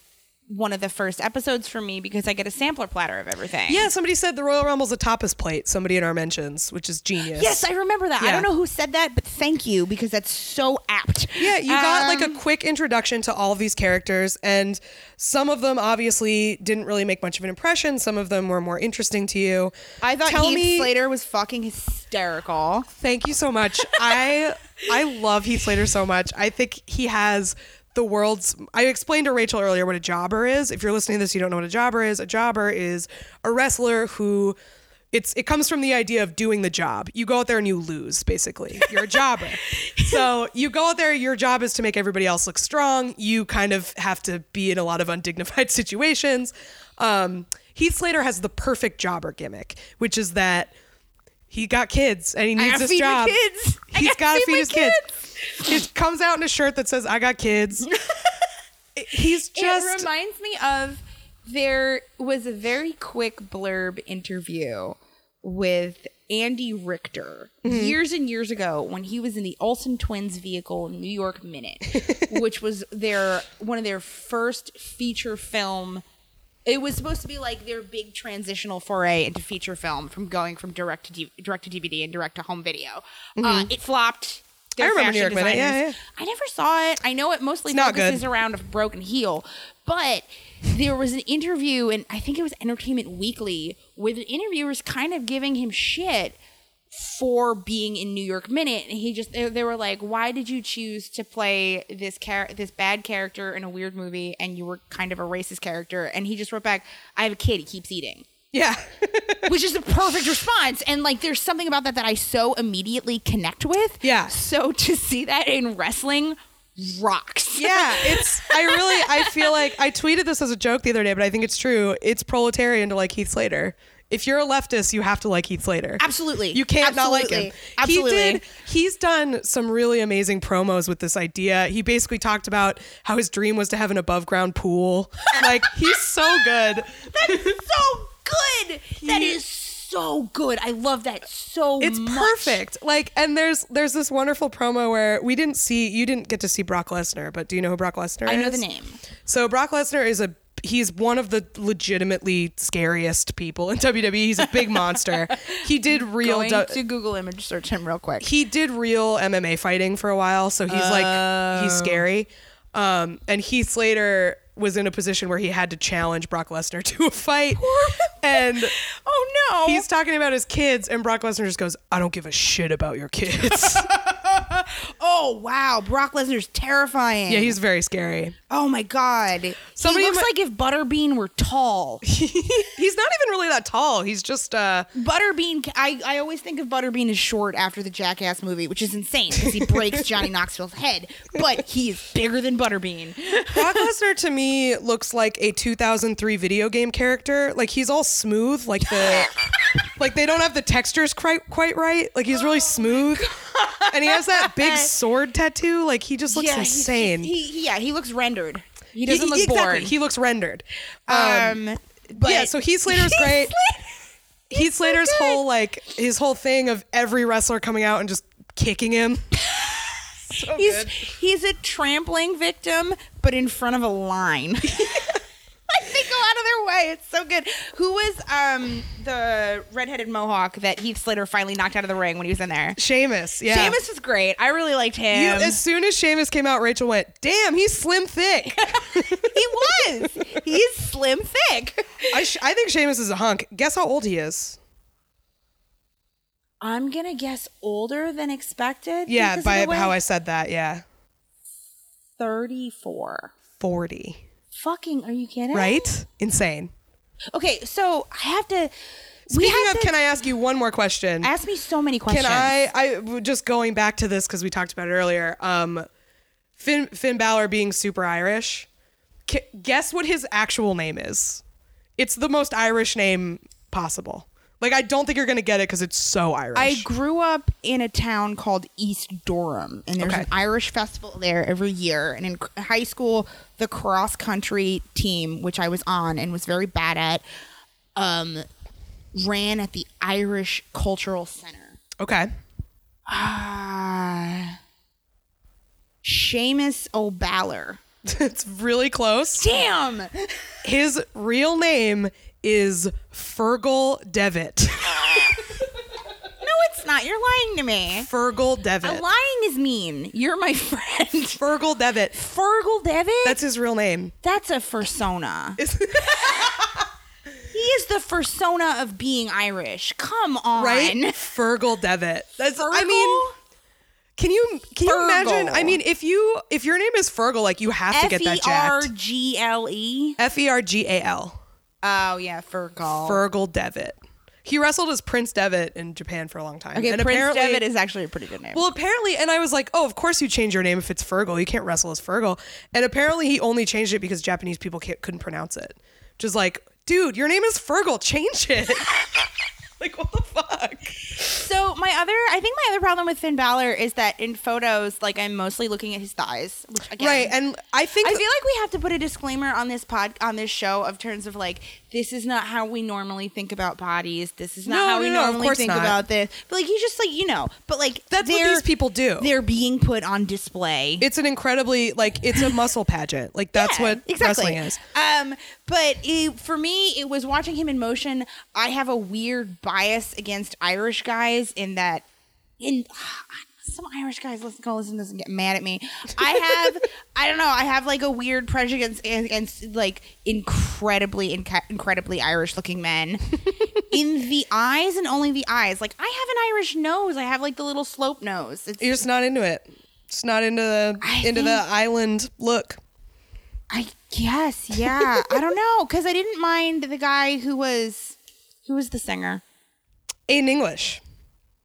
Speaker 2: one of the first episodes for me because I get a sampler platter of everything.
Speaker 1: Yeah, somebody said the Royal Rumble's a tapas plate. Somebody in our mentions, which is genius.
Speaker 2: Yes, I remember that. I
Speaker 1: Yeah.
Speaker 2: don't know who said that, but thank you because that's so apt.
Speaker 1: Yeah, you got like
Speaker 2: Um,
Speaker 1: a quick introduction to all of these characters, and some of them obviously didn't really make much of an impression. Some of them were more interesting to you.
Speaker 2: I thought
Speaker 1: Tell
Speaker 2: Heath
Speaker 1: me,
Speaker 2: Slater was fucking hysterical.
Speaker 1: Thank you so much. I I love Heath Slater so much. I think he has the world's I explained to Rachel earlier what a jobber is. If you're listening to this, you don't know what a jobber is. A jobber is a wrestler who it's it comes from the idea of doing the job. You go out there and you lose, basically. You're a jobber. so you go out there, your job is to make everybody else look strong. You kind of have to be in a lot of undignified (laughs) situations. Um, Heath Slater has the perfect jobber gimmick, which is that he got kids and he
Speaker 2: I
Speaker 1: needs
Speaker 2: gotta
Speaker 1: this
Speaker 2: feed my
Speaker 1: job.
Speaker 2: kids. I
Speaker 1: He's
Speaker 2: gotta
Speaker 1: got to
Speaker 2: feed
Speaker 1: feed
Speaker 2: my
Speaker 1: his kids. He comes out in a shirt that says "I got (laughs) kids." He's
Speaker 2: it
Speaker 1: just
Speaker 2: reminds me of there was a very quick blurb interview with Andy Richter
Speaker 1: Mm-hmm.
Speaker 2: years and years ago when he was in the Olsen Twins vehicle New
Speaker 1: (laughs)
Speaker 2: York Minute, which was their one of their first feature film. It was supposed to be like their big transitional foray into feature film from going from direct to D- direct to DVD and direct to home video. Uh, it flopped. Their
Speaker 1: Mm-hmm. remember New
Speaker 2: fashion
Speaker 1: York Minute, yeah,
Speaker 2: designers- I never saw it. I know it mostly
Speaker 1: It's not
Speaker 2: focuses
Speaker 1: good.
Speaker 2: around a broken heel. But there was an interview, and I think it was Entertainment Weekly, where the interviewer was kind of giving him shit for being in New York Minute, and he just they, they were like, "Why did you choose to play this char- this bad character in a weird movie, and you were kind of a racist character?" And he just wrote back, "I have a kid. He keeps eating."
Speaker 1: yeah.
Speaker 2: which is the perfect response. And like, there's something about that that I so immediately connect with.
Speaker 1: Yeah.
Speaker 2: So to see that in wrestling rocks.
Speaker 1: yeah, it's I really I feel like I tweeted this as a joke the other day, but I think it's true. It's proletarian to like Heath Slater. If you're a leftist, you have to like Heath Slater.
Speaker 2: (laughs) Absolutely.
Speaker 1: You can't not like him.
Speaker 2: Absolutely.
Speaker 1: He did he's done some really amazing promos with this idea. He basically talked about how his dream was to have an above ground pool. like he's so good. (laughs)
Speaker 2: so good. That is so good. I love that so
Speaker 1: it's
Speaker 2: much.
Speaker 1: perfect like and there's there's this wonderful promo where we didn't see you didn't get to see brock lesnar but do you know who brock lesnar
Speaker 2: I
Speaker 1: is
Speaker 2: know the name.
Speaker 1: so brock lesnar is a he's one of the legitimately scariest people in (laughs) wwe he's a big monster he
Speaker 2: (laughs)
Speaker 1: did real
Speaker 2: Going
Speaker 1: du-
Speaker 2: to Google image search him real quick.
Speaker 1: he did real MMA fighting for a while, so he's like
Speaker 2: Oh.
Speaker 1: he's scary. Um, and Heath Slater was in a position where he had to challenge Brock Lesnar (laughs) to a
Speaker 2: (laughs)
Speaker 1: fight, and
Speaker 2: Oh no.
Speaker 1: he's talking about his kids, and Brock Lesnar just goes, "I don't give a shit about your
Speaker 2: (laughs)
Speaker 1: kids."
Speaker 2: oh wow, Brock Lesnar's terrifying.
Speaker 1: yeah, he's very scary.
Speaker 2: oh my god.
Speaker 1: Somebody
Speaker 2: he looks
Speaker 1: in my-
Speaker 2: like if Butterbean were tall.
Speaker 1: (laughs) He's not even really that tall. He's just uh
Speaker 2: Butterbean, I, I always think of Butterbean as short after the Jackass movie, which is insane
Speaker 1: (laughs)
Speaker 2: because he breaks Johnny Knoxville's head, but he is bigger than Butterbean.
Speaker 1: Brock Lesnar to me looks like a 2003 video game character. Like he's all smooth, like the like they don't have the textures quite quite right. Like he's really smooth, and he has that (laughs) big sword tattoo. Like he just looks
Speaker 2: he's-
Speaker 1: insane.
Speaker 2: He, he- yeah, he looks rendered. He doesn't
Speaker 1: He-
Speaker 2: look
Speaker 1: he- exactly.
Speaker 2: bored.
Speaker 1: He looks rendered.
Speaker 2: um, but
Speaker 1: yeah, so Heath Slater's great.
Speaker 2: (laughs)
Speaker 1: Heath Slater's whole like his whole thing of every wrestler coming out and just kicking him. (laughs) so
Speaker 2: He's he's a trampling victim, but in front of a (laughs) line. like they go out of their way. It's so good. Who was um the redheaded mohawk that Heath Slater finally knocked out of the ring when he was in there?
Speaker 1: Seamus, yeah.
Speaker 2: Jameis was great. I really liked him.
Speaker 1: You- as soon as Seamus came out, Rachel went, "Damn, he's slim
Speaker 2: (laughs)
Speaker 1: thick."
Speaker 2: he was. He's slim thick.
Speaker 1: I, sh- I think Seamus is a hunk. Guess how old he is?
Speaker 2: I'm gonna guess older than expected.
Speaker 1: Yeah,
Speaker 2: because
Speaker 1: by
Speaker 2: of the way-
Speaker 1: how I said that. Yeah,
Speaker 2: 34.
Speaker 1: forty.
Speaker 2: Fucking, are you kidding?
Speaker 1: Right? Insane.
Speaker 2: Okay, so I have to. we
Speaker 1: Speaking
Speaker 2: have
Speaker 1: of,
Speaker 2: to
Speaker 1: can I ask you one more question?
Speaker 2: ask me so many questions.
Speaker 1: Can I? I just going back to this because we talked about it earlier. Um, Finn Finn Balor being super Irish. Ca guess what his actual name is? It's the most Irish name possible. Like I don't think you're gonna get it because it's so Irish.
Speaker 2: I grew up in a town called East Durham, and there's
Speaker 1: Okay.
Speaker 2: an Irish festival there every year. And in c- high school, the cross country team, which I was on and was very bad at, um, ran at the Irish Cultural Center.
Speaker 1: okay.
Speaker 2: Uh, Ah, Seamus O'Baller
Speaker 1: (laughs) it's really close.
Speaker 2: Damn.
Speaker 1: His real name is Fergal Devitt.
Speaker 2: No, it's not. You're lying to me.
Speaker 1: Fergal
Speaker 2: Lying
Speaker 1: Devitt.
Speaker 2: is mean. You're my (laughs) friend.
Speaker 1: Fergal Devitt.
Speaker 2: Fergal Devitt?
Speaker 1: That's his real
Speaker 2: (laughs)
Speaker 1: name.
Speaker 2: That's a fursona.
Speaker 1: Is- (laughs)
Speaker 2: He is the fursona of being Irish. Come on.
Speaker 1: right? Fergal Devitt. That's I
Speaker 2: Fergal?
Speaker 1: mean, can you can you imagine?
Speaker 2: Fergal.
Speaker 1: I mean, if you if your name is Fergal, like you have to
Speaker 2: F
Speaker 1: get
Speaker 2: E
Speaker 1: that
Speaker 2: R
Speaker 1: jacked.
Speaker 2: G L E.
Speaker 1: F E R G A L.
Speaker 2: Oh yeah, Fergal.
Speaker 1: Fergal Devitt. He wrestled as Prince Devitt in Japan for a long time.
Speaker 2: okay,
Speaker 1: and
Speaker 2: Prince
Speaker 1: apparently,
Speaker 2: Devitt is actually a pretty good name.
Speaker 1: Well, apparently, and I was like, oh, of course you change your name if it's Fergal. You can't wrestle as Fergal. And apparently, he only changed it because Japanese people can't, couldn't pronounce it. Just like, dude, your name is Fergal. Change it. (laughs) like, what the fuck?
Speaker 2: so my other, I think my other problem with Finn Balor is that in photos, like I'm mostly looking at his thighs, which again,
Speaker 1: Right. And I think.
Speaker 2: I feel like we have to put a disclaimer on this pod on this show of terms of like this is not how we normally think about bodies. This is not
Speaker 1: No,
Speaker 2: how
Speaker 1: no,
Speaker 2: we
Speaker 1: no, of
Speaker 2: normally
Speaker 1: course
Speaker 2: think
Speaker 1: not.
Speaker 2: about this. But like you just like you know, but like
Speaker 1: That's what
Speaker 2: they're-
Speaker 1: these people do.
Speaker 2: They're being put on display.
Speaker 1: it's an incredibly, like, it's a muscle pageant. Like, that's
Speaker 2: Yeah,
Speaker 1: what wrestling is.
Speaker 2: Um, but it, for me, it was watching him in motion. I have a weird bias against Irish guys in that in. (sighs) Some Irish guys listen, go listen to this and get mad at me. I
Speaker 1: (laughs)
Speaker 2: have, I don't know, I have like a weird prejudice against, against like incredibly, inca- incredibly Irish looking men
Speaker 1: (laughs)
Speaker 2: in the eyes and only the eyes. Like, I have an Irish nose. I have like the little slope nose. It's,
Speaker 1: You're just not into it. Just not into the
Speaker 2: I
Speaker 1: into the island look.
Speaker 2: I guess,
Speaker 1: (laughs)
Speaker 2: yeah. I don't know because I didn't mind the guy who was who was the singer.
Speaker 1: In English.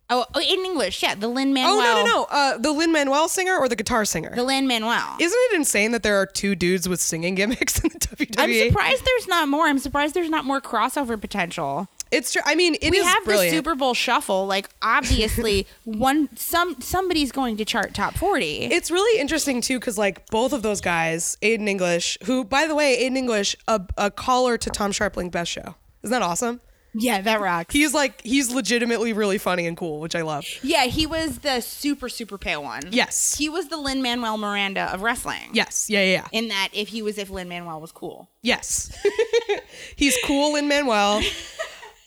Speaker 2: Oh, oh, in English, yeah, the Lin Manuel.
Speaker 1: Oh no no no! Uh, the Lin Manuel singer or the guitar singer?
Speaker 2: the Lin Manuel.
Speaker 1: Isn't it insane that there are two dudes with singing gimmicks in the (laughs) E? WWE?
Speaker 2: I'm surprised there's not more. I'm surprised there's not more crossover potential.
Speaker 1: It's true. I mean, it is
Speaker 2: We have
Speaker 1: brilliant.
Speaker 2: the Super Bowl Shuffle. Like,
Speaker 1: (laughs)
Speaker 2: obviously, one some somebody's going to chart top forty.
Speaker 1: it's really interesting too, because like both of those guys, Aiden English, who by the way, Aiden English, a, a caller to Tom Sharpling Best Show. Isn't that awesome?
Speaker 2: yeah, that rocks.
Speaker 1: He's like he's legitimately really funny and cool, which I love.
Speaker 2: yeah, he was the super super pale one.
Speaker 1: Yes.
Speaker 2: he was the Lin Manuel Miranda of wrestling.
Speaker 1: Yes. Yeah. Yeah. yeah.
Speaker 2: in that if he was if Lin Manuel was cool.
Speaker 1: Yes. (laughs) he's cool in
Speaker 2: (laughs)
Speaker 1: Manuel,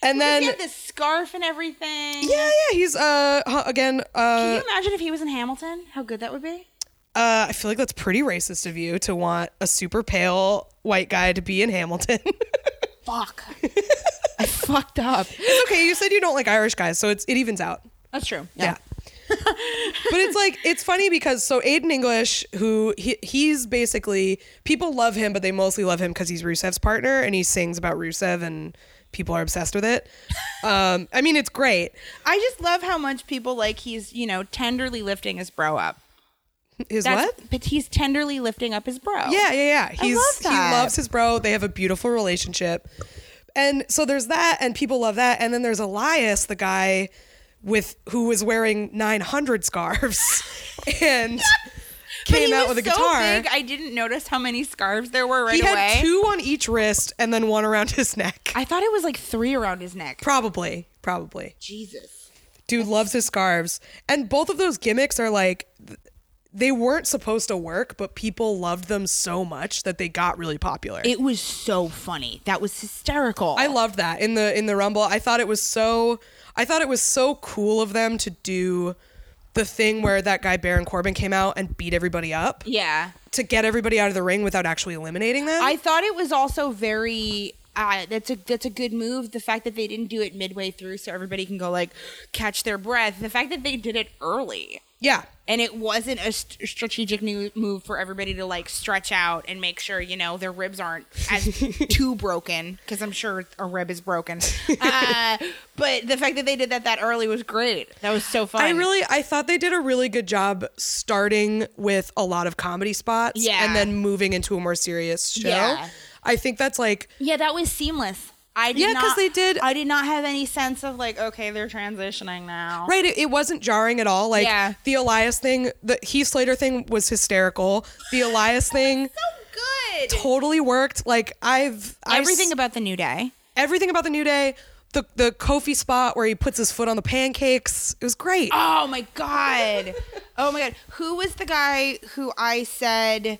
Speaker 1: and then
Speaker 2: he
Speaker 1: yeah,
Speaker 2: had the scarf and everything.
Speaker 1: yeah, he's uh huh, again uh
Speaker 2: Can you imagine if he was in Hamilton? How good that would be.
Speaker 1: Uh, I feel like that's pretty racist of you to want a super pale white guy to be in Hamilton. (laughs)
Speaker 2: Fuck. (laughs) I fucked up.
Speaker 1: it's okay. You said you don't like Irish guys, so it's it evens out.
Speaker 2: That's true.
Speaker 1: Yeah. but it's like it's funny because so Aiden English, who he, he's basically people love him, but they mostly love him because he's Rusev's partner and he sings about Rusev and people are obsessed with it. Um, I mean, it's great.
Speaker 2: I just love how much people like he's, you know, tenderly lifting his bro up.
Speaker 1: His what?
Speaker 2: But he's tenderly lifting up his bro.
Speaker 1: Yeah, yeah, yeah. He's
Speaker 2: love that.
Speaker 1: he loves his bro. They have a beautiful relationship. And so there's that and people love that. And then there's Elias, the guy with who was wearing 900 scarves (laughs) and
Speaker 2: But
Speaker 1: came
Speaker 2: he
Speaker 1: out
Speaker 2: was
Speaker 1: with a
Speaker 2: so
Speaker 1: guitar.
Speaker 2: big, I didn't notice how many scarves there were right
Speaker 1: he
Speaker 2: away.
Speaker 1: had two on each wrist and then one around his neck.
Speaker 2: I thought it was like three around his neck.
Speaker 1: Probably, probably.
Speaker 2: Jesus.
Speaker 1: Dude loves his scarves. And both of those gimmicks are like th- they weren't supposed to work, but people loved them so much that they got really popular.
Speaker 2: It was so funny. That was hysterical.
Speaker 1: I loved that in the in the Rumble. I thought it was so I thought it was so cool of them to do the thing where that guy Baron Corbin came out and beat everybody up
Speaker 2: Yeah.
Speaker 1: to get everybody out of the ring without actually eliminating them.
Speaker 2: I thought it was also very. Uh, that's a that's a good move. The fact that they didn't do it midway through, so everybody can go like catch their breath. The fact that they did it early,
Speaker 1: yeah.
Speaker 2: and it wasn't a st- strategic new move for everybody to like stretch out and make sure you know their ribs aren't as
Speaker 1: (laughs)
Speaker 2: too broken because I'm sure a rib is broken. Uh, but the fact that they did that that early was great. That was so fun.
Speaker 1: I really I thought they did a really good job starting with a lot of comedy spots
Speaker 2: Yeah.
Speaker 1: and then moving into a more serious show.
Speaker 2: Yeah.
Speaker 1: I think that's like
Speaker 2: yeah, that was seamless. I did
Speaker 1: Yeah, 'cause
Speaker 2: not-
Speaker 1: they did-
Speaker 2: I did not have any sense of like okay, they're transitioning now.
Speaker 1: Right, it, it wasn't jarring at all. Like
Speaker 2: Yeah.
Speaker 1: the Elias thing, the Heath Slater thing was hysterical. The Elias thing
Speaker 2: So good.
Speaker 1: totally worked. Like I've I
Speaker 2: everything about the new day.
Speaker 1: everything about the new day the the kofi spot where he puts his foot on the pancakes it was great
Speaker 2: Oh my god. oh my god. Who was the guy who I said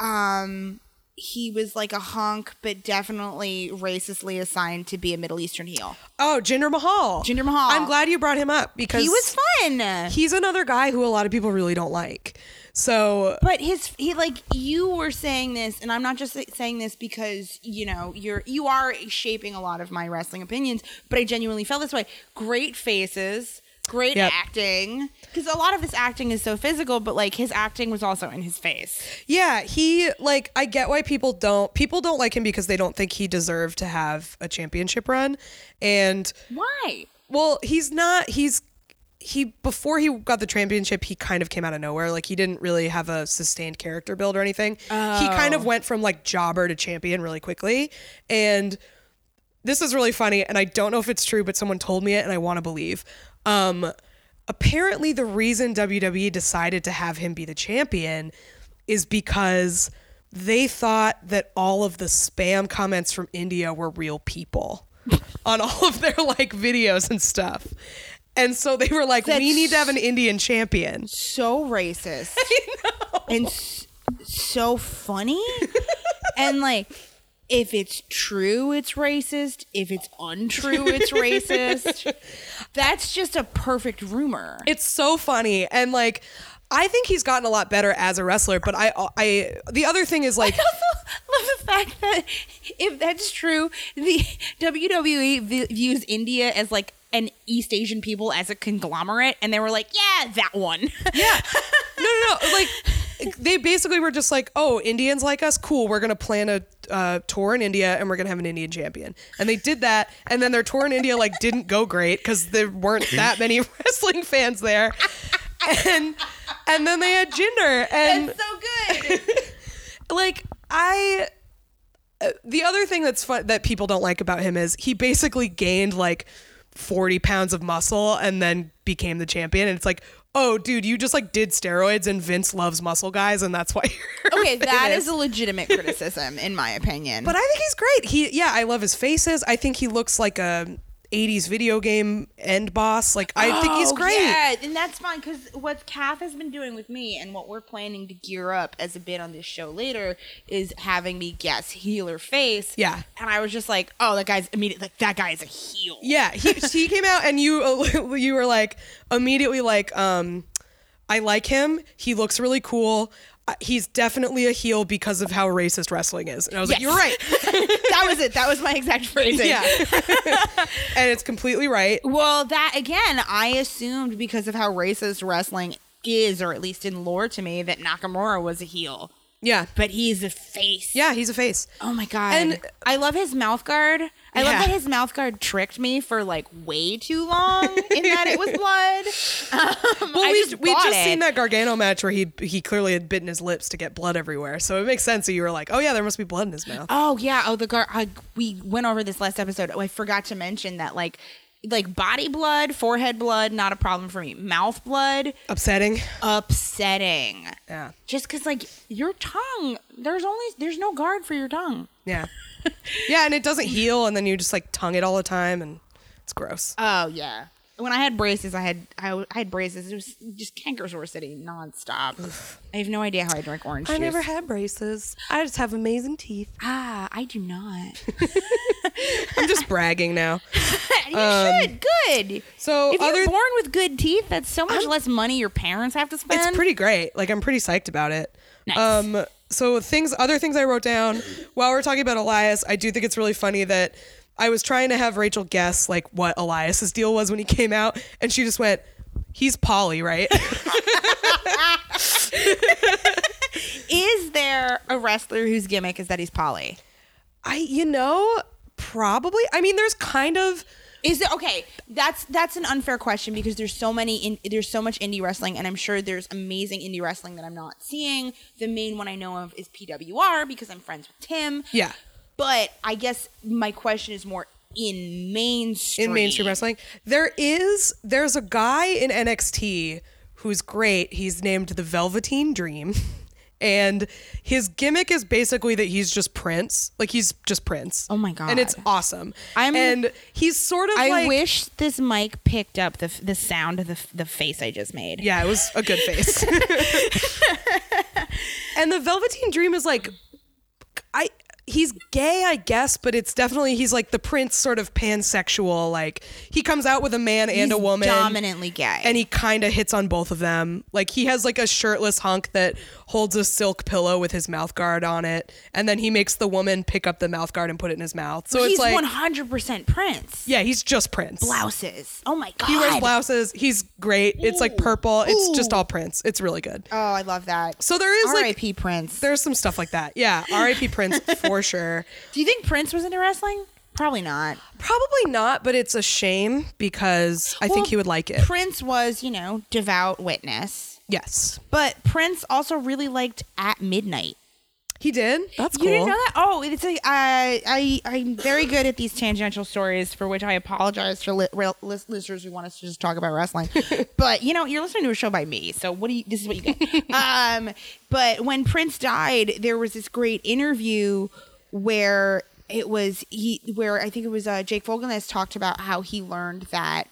Speaker 2: um he was like a hunk, but definitely racistly assigned to be a Middle Eastern heel.
Speaker 1: Oh, Jinder Mahal.
Speaker 2: Jinder Mahal.
Speaker 1: I'm glad you brought him up because
Speaker 2: He was fun.
Speaker 1: he's another guy who a lot of people really don't like. So
Speaker 2: But his he like you were saying this, and I'm not just like, saying this because you know you're you are shaping a lot of my wrestling opinions. But I genuinely felt this way. Great faces, great
Speaker 1: Yep.
Speaker 2: acting, because a lot of this acting is so physical. But like his acting was also in his face.
Speaker 1: yeah, he like I get why people don't people don't like him because they don't think he deserved to have a championship run. And
Speaker 2: Why?
Speaker 1: well, he's not he's he before he got the championship, he kind of came out of nowhere. Like he didn't really have a sustained character build or anything. He kind of went from like jobber to champion really quickly. And this is really funny and I don't know if it's true, but someone told me it and I want to believe. Um apparently the reason WWE decided to have him be the champion is because they thought that all of the spam comments from India were real people on all of their like videos and stuff. And so they were like, we
Speaker 2: That's-
Speaker 1: need to have an Indian champion.
Speaker 2: So (laughs) racist. And s- so (laughs) funny. and like if it's true, it's racist. If it's untrue, it's (laughs) racist. That's just a perfect rumor.
Speaker 1: It's so funny. And like, I think he's gotten a lot better as a wrestler, but I, I, the other thing is like,
Speaker 2: I also love the fact that if that's true, the WWE v- views India as like an East Asian people as a conglomerate, and they were like, "Yeah, that one."
Speaker 1: yeah. No, no, no. Like, they basically were just like, oh, Indians like us? Cool. We're going to plan a uh, tour in India and we're going to have an Indian champion. And they did that. And then their tour in India, like, didn't go great because there weren't that many (laughs) wrestling fans there. And, and then they had Jinder. And
Speaker 2: (laughs) That's so good.
Speaker 1: like I uh, the other thing that's fun that people don't like about him is he basically gained like 40 pounds of muscle and then became the champion and it's like oh dude you just like did steroids and Vince loves muscle guys and that's why (laughs) you're
Speaker 2: Okay, that
Speaker 1: famous."
Speaker 2: is a legitimate criticism, in my opinion.
Speaker 1: but I think he's great he yeah I love his faces I think he looks like a 80s video game end boss like I think he's
Speaker 2: Oh,
Speaker 1: great
Speaker 2: Yeah, and that's fine because what Kath has been doing with me and what we're planning to gear up as a bit on this show later is having me guess heel or face.
Speaker 1: Yeah.
Speaker 2: And I was just like, oh, that guy's immediately like that guy is a heel.
Speaker 1: Yeah, he he came out and you (laughs) you were like immediately like um I like him. He looks really cool. Uh, He's definitely a heel because of how racist wrestling is. And I was like,
Speaker 2: Yes.
Speaker 1: you're right.
Speaker 2: (laughs) that was it. That was my
Speaker 1: (laughs)
Speaker 2: exact phrasing.
Speaker 1: Yeah. and it's completely right.
Speaker 2: Well, that again, I assumed because of how racist wrestling is, or at least in lore to me, that Nakamura was a heel,
Speaker 1: Yeah.
Speaker 2: but he's a face.
Speaker 1: Yeah, he's a face.
Speaker 2: Oh my god!
Speaker 1: And-
Speaker 2: And I love his mouth guard. I love
Speaker 1: Yeah.
Speaker 2: that his mouth guard tricked me for like way too long. in that it was
Speaker 1: (laughs)
Speaker 2: blood. Um,
Speaker 1: Well,
Speaker 2: I
Speaker 1: we
Speaker 2: just
Speaker 1: we
Speaker 2: bought
Speaker 1: just
Speaker 2: it.
Speaker 1: seen that Gargano match where he he clearly had bitten his lips to get blood everywhere. So it makes sense that you were like, oh yeah, there must be blood in his mouth.
Speaker 2: Oh yeah. Oh the guard. I, we went over this last episode. Oh, I forgot to mention that like like body blood, forehead blood, not a problem for me. Mouth blood,
Speaker 1: Upsetting.
Speaker 2: uh, upsetting.
Speaker 1: Yeah.
Speaker 2: Just because like your tongue, there's only there's no guard for your tongue.
Speaker 1: Yeah. yeah, and it doesn't heal, and then you just like tongue it all the time, and it's gross.
Speaker 2: Oh yeah. When I had braces, I had I, w- I had braces. It was just canker sore city nonstop. I have no idea how I drank orange
Speaker 1: I
Speaker 2: juice.
Speaker 1: never had braces. I just have amazing teeth.
Speaker 2: ah, I
Speaker 1: (laughs)
Speaker 2: do not. (laughs)
Speaker 1: I'm just bragging now.
Speaker 2: you should. Good.
Speaker 1: Um, so
Speaker 2: if
Speaker 1: other-
Speaker 2: you're born with good teeth, that's so much less money your parents have to spend.
Speaker 1: It's pretty great. Like I'm pretty psyched about it.
Speaker 2: Nice.
Speaker 1: Um so things other things I wrote down while we're talking about Elias, I do think it's really funny that I was trying to have Rachel guess like what Elias's deal was when he came out and she just went, "He's Polly, right?"
Speaker 2: Is there a wrestler whose gimmick is that he's poly?
Speaker 1: (laughs) I you know, probably. I mean, there's kind of
Speaker 2: Is it okay? That's that's an unfair question because there's so many in, there's so much indie wrestling, and I'm sure there's amazing indie wrestling that I'm not seeing. The main one I know of is PWR because I'm friends with Tim.
Speaker 1: Yeah.
Speaker 2: but I guess my question is more in mainstream.
Speaker 1: in mainstream wrestling. There is there's a guy in NXT who's great. He's named the Velveteen Dream. (laughs) And his gimmick is basically that he's just Prince. Like he's just Prince.
Speaker 2: Oh my God.
Speaker 1: And it's awesome.
Speaker 2: I'm-
Speaker 1: and he's sort of
Speaker 2: I
Speaker 1: like
Speaker 2: wish this mic picked up the f- the sound of the f- the face I just made.
Speaker 1: Yeah, it was a good face. (laughs) And the Velveteen Dream is like, I he's gay, I guess, but it's definitely he's like the prince, sort of pansexual. Like he comes out with a man and a
Speaker 2: He's
Speaker 1: woman,
Speaker 2: dominantly gay.
Speaker 1: and he kind of hits on both of them. Like he has like a shirtless hunk that holds a silk pillow with his mouth guard on it, and then he makes the woman pick up the mouth guard and put it in his mouth. So
Speaker 2: he's
Speaker 1: it's like,
Speaker 2: one hundred percent Prince.
Speaker 1: yeah, he's just Prince.
Speaker 2: Blouses. Oh my god.
Speaker 1: He wears blouses. He's great. It's like purple. It's just all Prince. It's really good.
Speaker 2: Oh, I love that.
Speaker 1: So there is like
Speaker 2: R.I.P. Prince.
Speaker 1: there's some stuff like that. Yeah, R.I.P.
Speaker 2: (laughs)
Speaker 1: Prince for sure.
Speaker 2: Do you think Prince was into wrestling? Probably not.
Speaker 1: Probably not, but it's a shame because I think
Speaker 2: Well,
Speaker 1: he would like it.
Speaker 2: Prince was, you know, devout witness.
Speaker 1: yes,
Speaker 2: But Prince also really liked At Midnight.
Speaker 1: he did. That's cool.
Speaker 2: You (laughs) didn't know that? Oh, it's like uh, I I'm very good at these tangential stories, for which I apologize for li- real- lis- listeners who want us to just talk
Speaker 1: (laughs)
Speaker 2: about wrestling. but you know, you're listening to a show by me, so what do you? This is what
Speaker 1: (laughs)
Speaker 2: you get. um, but when Prince died, there was this great interview where it was he where I think it was uh, Jake Fogelness talked about how he learned that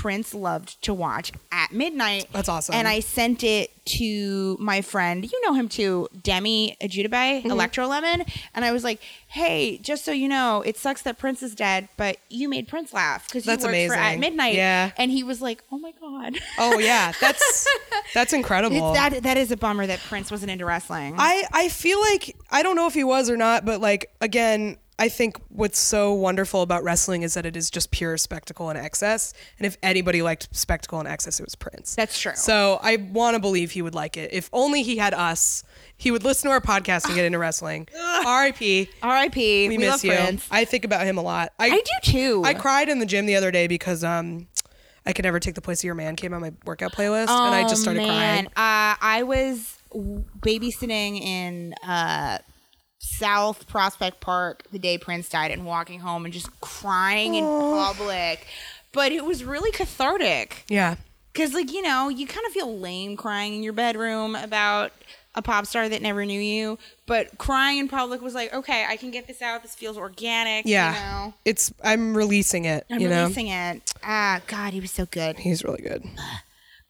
Speaker 2: Prince loved to watch at midnight.
Speaker 1: That's awesome.
Speaker 2: And I sent it to my friend, you know him too, Demi Ajutabai,
Speaker 1: Mm-hmm.
Speaker 2: Electro Lemon. And I was like, hey, just so you know, it sucks that Prince is dead, but you made Prince laugh because you
Speaker 1: That's
Speaker 2: worked for At
Speaker 1: amazing.
Speaker 2: Midnight.
Speaker 1: Yeah.
Speaker 2: And he was like, oh my God.
Speaker 1: Oh yeah, that's that's incredible.
Speaker 2: (laughs) It's, that, that is a bummer that Prince wasn't into wrestling.
Speaker 1: I I feel like I don't know if he was or not, but like again, I think what's so wonderful about wrestling is that it is just pure spectacle and excess. And if anybody liked spectacle and excess, it was Prince.
Speaker 2: That's true.
Speaker 1: So I want to believe he would like it. If only he had us, he would listen to our podcast and get into
Speaker 2: (sighs)
Speaker 1: wrestling. R.I.P.
Speaker 2: RIP. We,
Speaker 1: We,
Speaker 2: miss
Speaker 1: miss
Speaker 2: love
Speaker 1: you.
Speaker 2: Prince.
Speaker 1: I think about him a lot. I,
Speaker 2: I do too.
Speaker 1: I cried in the gym the other day because um, I could never take the place of your man came on my workout playlist, and I
Speaker 2: Oh,
Speaker 1: just started crying.
Speaker 2: Uh, I was w- babysitting in uh, South Prospect Park the day Prince died and walking home and just crying
Speaker 1: Oh.
Speaker 2: in public. But it was really cathartic
Speaker 1: Yeah.
Speaker 2: because, like, you know, you kind of feel lame crying in your bedroom about a pop star that never knew you. But crying in public was like, okay, I can get this out. This feels organic.
Speaker 1: Yeah.
Speaker 2: You know?
Speaker 1: It's I'm releasing it.
Speaker 2: I'm
Speaker 1: you know,
Speaker 2: releasing it. Ah, God, he was so good.
Speaker 1: he's really good.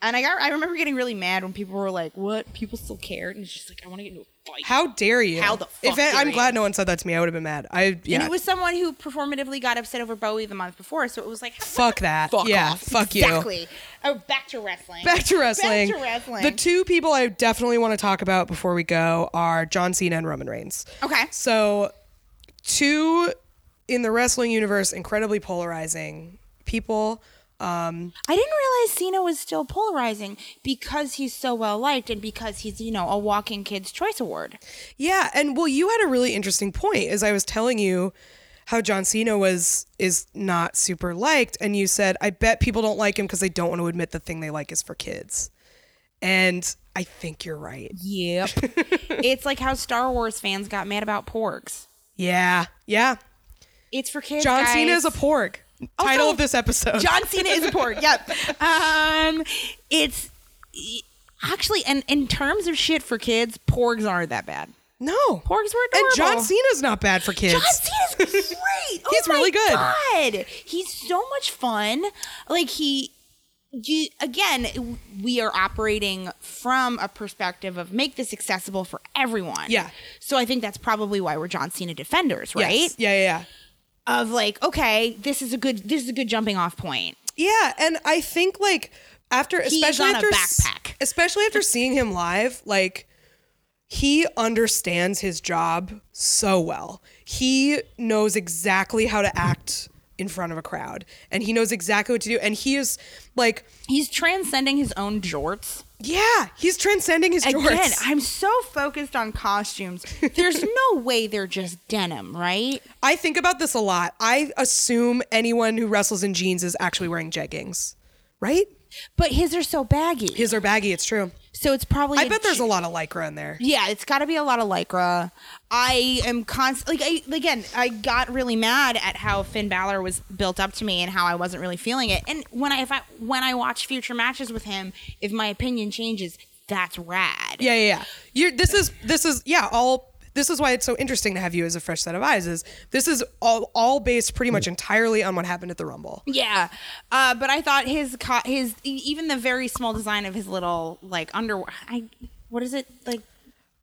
Speaker 2: And I got I remember getting really mad when people were like, "What? People still cared?" And it's just like, "I want to get into a fight."
Speaker 1: How dare you?
Speaker 2: How the fuck
Speaker 1: If I-
Speaker 2: dare
Speaker 1: I'm
Speaker 2: you?
Speaker 1: glad no one said that to me. I would have been mad. I yeah.
Speaker 2: And it was someone who performatively got upset over Bowie the month before, so it was like,
Speaker 1: fuck that.
Speaker 2: Fuck
Speaker 1: yeah.
Speaker 2: off.
Speaker 1: Fuck you.
Speaker 2: exactly. Oh, back to
Speaker 1: (laughs)
Speaker 2: wrestling.
Speaker 1: Back to wrestling.
Speaker 2: Back to wrestling.
Speaker 1: The two people I definitely want to talk about before we go are John Cena and Roman Reigns.
Speaker 2: okay.
Speaker 1: So, two in the wrestling universe, incredibly polarizing people. Um,
Speaker 2: I didn't realize Cena was still polarizing because he's so well liked and because he's you know a walking Kids Choice Award.
Speaker 1: yeah, and well, you had a really interesting point as I was telling you how John Cena was is not super liked, and you said, "I bet people don't like him because they don't want to admit the thing they like is for kids," and I think you're right.
Speaker 2: Yep. (laughs) it's like how Star Wars fans got mad about porgs.
Speaker 1: Yeah, yeah.
Speaker 2: It's for kids.
Speaker 1: John
Speaker 2: guys.
Speaker 1: Cena is a porg. Title
Speaker 2: Also,
Speaker 1: of this episode.
Speaker 2: John Cena is a pork. Yep. Um, it's actually, and in terms of shit for kids, porgs aren't that bad.
Speaker 1: no,
Speaker 2: Porgs were
Speaker 1: and
Speaker 2: adorable.
Speaker 1: John Cena's not bad for kids.
Speaker 2: John Cena's (laughs) great. Oh
Speaker 1: He's
Speaker 2: my
Speaker 1: really good.
Speaker 2: God. He's so much fun. Like he. You, again, we are operating from a perspective of make this accessible for everyone.
Speaker 1: Yeah.
Speaker 2: So I think that's probably why we're John Cena defenders,
Speaker 1: Yes.
Speaker 2: right?
Speaker 1: Yeah, yeah, yeah.
Speaker 2: Of like, okay, this is a good this is a good jumping off point.
Speaker 1: Yeah, and I think like after
Speaker 2: is
Speaker 1: especially
Speaker 2: on a
Speaker 1: after s-
Speaker 2: backpack.
Speaker 1: especially
Speaker 2: (laughs)
Speaker 1: after seeing him live, like he understands his job so well. He knows exactly how to act in front of a crowd and he knows exactly what to do and he is like
Speaker 2: He's transcending his own jorts.
Speaker 1: yeah, he's transcending his jorts.
Speaker 2: Again, I'm so focused on costumes.
Speaker 1: (laughs)
Speaker 2: There's no way they're just denim, right?
Speaker 1: I think about this a lot. I assume anyone who wrestles in jeans is actually wearing jeggings, right?
Speaker 2: But his are so baggy.
Speaker 1: His are baggy, it's true.
Speaker 2: so it's probably
Speaker 1: I
Speaker 2: a
Speaker 1: bet there's
Speaker 2: j-
Speaker 1: a lot of lycra in there.
Speaker 2: Yeah, it's got to be a lot of lycra. I am constantly like I again, I got really mad at how Finn Balor was built up to me and how I wasn't really feeling it. And when I if I when I watch future matches with him, if my opinion changes, that's rad.
Speaker 1: Yeah, yeah, yeah. You're this is this is yeah, all this is why it's so interesting to have you as a fresh set of eyes is this is all all based pretty much entirely on what happened at the Rumble.
Speaker 2: Yeah, uh, but I thought his co- his e- even the very small design of his little like under I what is it like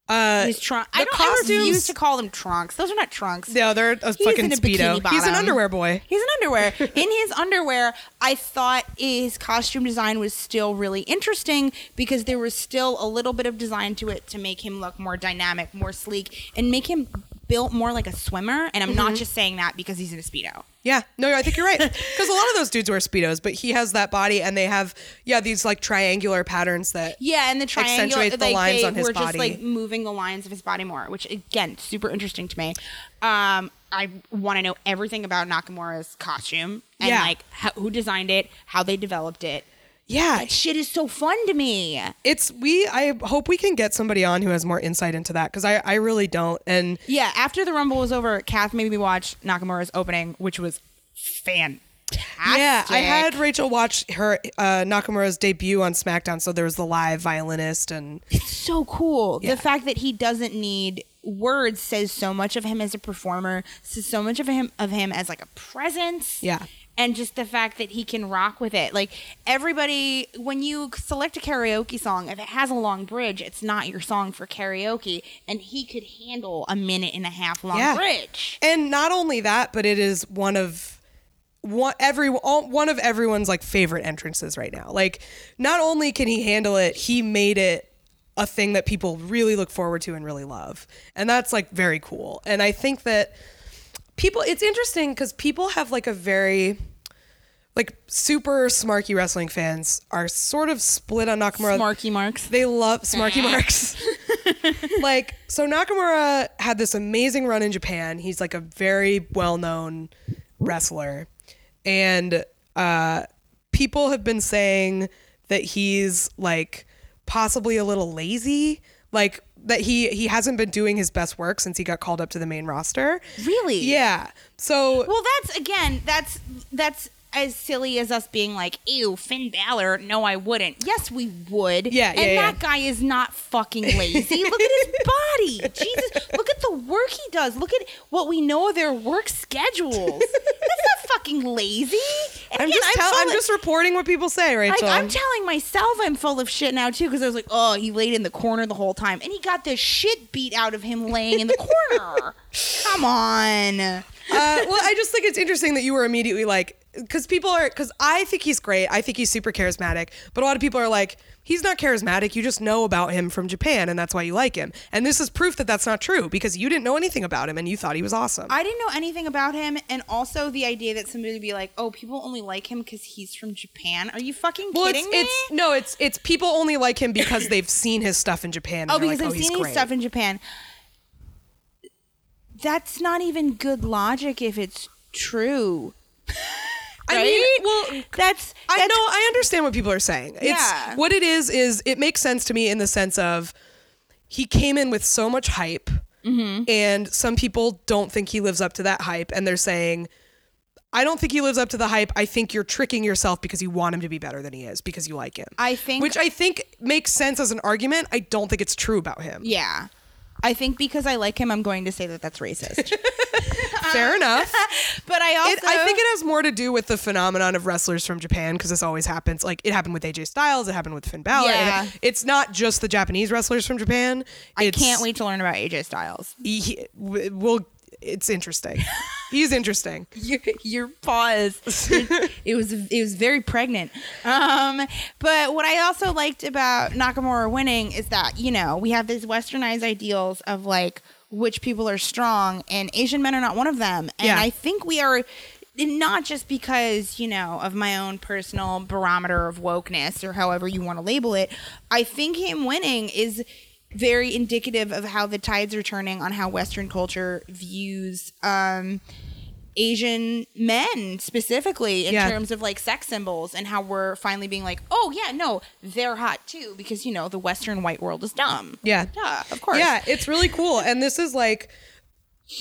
Speaker 1: Uh,
Speaker 2: His trunk. I
Speaker 1: the
Speaker 2: don't. I
Speaker 1: costumes-
Speaker 2: refuse to call them trunks. Those are not trunks.
Speaker 1: no, they're a fucking
Speaker 2: in a bikini
Speaker 1: speedo. He's an
Speaker 2: bottom.
Speaker 1: underwear boy.
Speaker 2: He's an
Speaker 1: (laughs)
Speaker 2: underwear. in his underwear, I thought his costume design was still really interesting because there was still a little bit of design to it to make him look more dynamic, more sleek, and make him built more like a swimmer. And I'm
Speaker 1: Mm-hmm.
Speaker 2: not just saying that because he's in a speedo.
Speaker 1: Yeah, no, I think you're right. Because a lot of those dudes wear speedos, but he has that body, and they have yeah these like triangular patterns that
Speaker 2: Yeah, and the triangle
Speaker 1: Accentuate the
Speaker 2: like,
Speaker 1: lines
Speaker 2: they
Speaker 1: on his
Speaker 2: were
Speaker 1: body.
Speaker 2: just like moving the lines of his body more, which again, super interesting to me. Um, I want to know everything about Nakamura's costume and
Speaker 1: Yeah.
Speaker 2: like how, who designed it, how they developed it.
Speaker 1: yeah.
Speaker 2: Shit is so fun to me.
Speaker 1: It's we. I hope we can get somebody on who has more insight into that because I I really don't. And
Speaker 2: Yeah, after the Rumble was over, Kath made me watch Nakamura's opening, which was fantastic.
Speaker 1: yeah, I had Rachel watch her uh, Nakamura's debut on SmackDown, so there was the live violinist and
Speaker 2: so cool. The fact that he doesn't need words says so much of him as a performer, says so much of him of him as like a presence.
Speaker 1: Yeah.
Speaker 2: And just the fact that he can rock with it. Like everybody when you select a karaoke song, if it has a long bridge, it's not your song for karaoke and he could handle a minute and a half long
Speaker 1: Yeah.
Speaker 2: bridge.
Speaker 1: And not only that, but it is one of one every all, one of everyone's like favorite entrances right now. Like not only can he handle it, he made it a thing that people really look forward to and really love. And that's like very cool. And I think that people it's interesting cuz people have like a very like super smarky wrestling fans are sort of split on Nakamura.
Speaker 2: Smarky marks.
Speaker 1: They love Smarky
Speaker 2: (laughs)
Speaker 1: Marks. like, so Nakamura had this amazing run in Japan. He's like a very well known wrestler. And uh, people have been saying that he's like possibly a little lazy. Like, that he, he hasn't been doing his best work since he got called up to the main roster.
Speaker 2: Really?
Speaker 1: Yeah. So
Speaker 2: Well, that's again, that's that's as silly as us being like, "Ew, Finn Balor." No, I wouldn't. Yes, we would.
Speaker 1: Yeah,
Speaker 2: And
Speaker 1: yeah, yeah.
Speaker 2: that guy is not fucking
Speaker 1: (laughs)
Speaker 2: lazy. Look at his body. Jesus, look at the work he does. Look at what we know of their work schedules. That's not fucking lazy. And
Speaker 1: I'm
Speaker 2: again,
Speaker 1: just tell-
Speaker 2: full
Speaker 1: I'm
Speaker 2: of-
Speaker 1: just reporting what people say,
Speaker 2: like,
Speaker 1: Rachel.
Speaker 2: I'm telling myself I'm full of shit now too because I was like, oh, he laid in the corner the whole time, and he got the shit beat out of him laying in the corner.
Speaker 1: (laughs)
Speaker 2: Come on.
Speaker 1: uh, well, I just think it's interesting that you were immediately like, because people are, because I think he's great. I think he's super charismatic. But a lot of people are like, he's not charismatic. You just know about him from Japan, and that's why you like him. And this is proof that that's not true because you didn't know anything about him and you thought he was awesome.
Speaker 2: I didn't know anything about him, and also the idea that somebody would be like, "Oh, people only like him because he's from Japan." Are you fucking
Speaker 1: well, it's,
Speaker 2: kidding me?
Speaker 1: it's no, it's it's people only like him because they've seen his stuff in Japan. and
Speaker 2: oh,
Speaker 1: they're
Speaker 2: because
Speaker 1: like,
Speaker 2: I've
Speaker 1: he's
Speaker 2: seen his
Speaker 1: great."
Speaker 2: stuff in Japan. That's not even good logic if it's true.
Speaker 1: I mean,
Speaker 2: right?
Speaker 1: well,
Speaker 2: That's,
Speaker 1: I
Speaker 2: that's-
Speaker 1: know I understand what people are saying. It's
Speaker 2: Yeah.
Speaker 1: what it is is it makes sense to me in the sense of he came in with so much hype
Speaker 2: Mm-hmm.
Speaker 1: and some people don't think he lives up to that hype and they're saying I don't think he lives up to the hype. I think you're tricking yourself because you want him to be better than he is because you like him.
Speaker 2: I think-
Speaker 1: Which I think makes sense as an argument. I don't think it's true about him.
Speaker 2: Yeah, I think because I like him, I'm going to say that that's racist.
Speaker 1: Fair enough.
Speaker 2: (laughs) but I also
Speaker 1: It, I think it has more to do with the phenomenon of wrestlers from Japan because this always happens. Like it happened with AJ Styles, it happened with Finn Balor.
Speaker 2: Yeah.
Speaker 1: and it's not just the Japanese wrestlers from Japan.
Speaker 2: I
Speaker 1: It's,
Speaker 2: can't wait to learn about AJ Styles.
Speaker 1: He, we- we'll, it's
Speaker 2: (laughs)
Speaker 1: interesting. He's interesting.
Speaker 2: your, your pause it, it was it was very pregnant um but what i also liked about nakamura winning is that you know we have these westernized ideals of like which people are strong and asian men are not one of them and
Speaker 1: Yeah.
Speaker 2: i think we are not just because you know of my own personal barometer of wokeness or however you want to label it i think him winning is very indicative of how the tides are turning on how western culture views um Asian men specifically in
Speaker 1: Yeah.
Speaker 2: terms of like sex symbols and how we're finally being like, oh yeah, no, they're hot too because you know the Western white world is dumb.
Speaker 1: Yeah.
Speaker 2: yeah, of course.
Speaker 1: Yeah, it's really cool. And this is like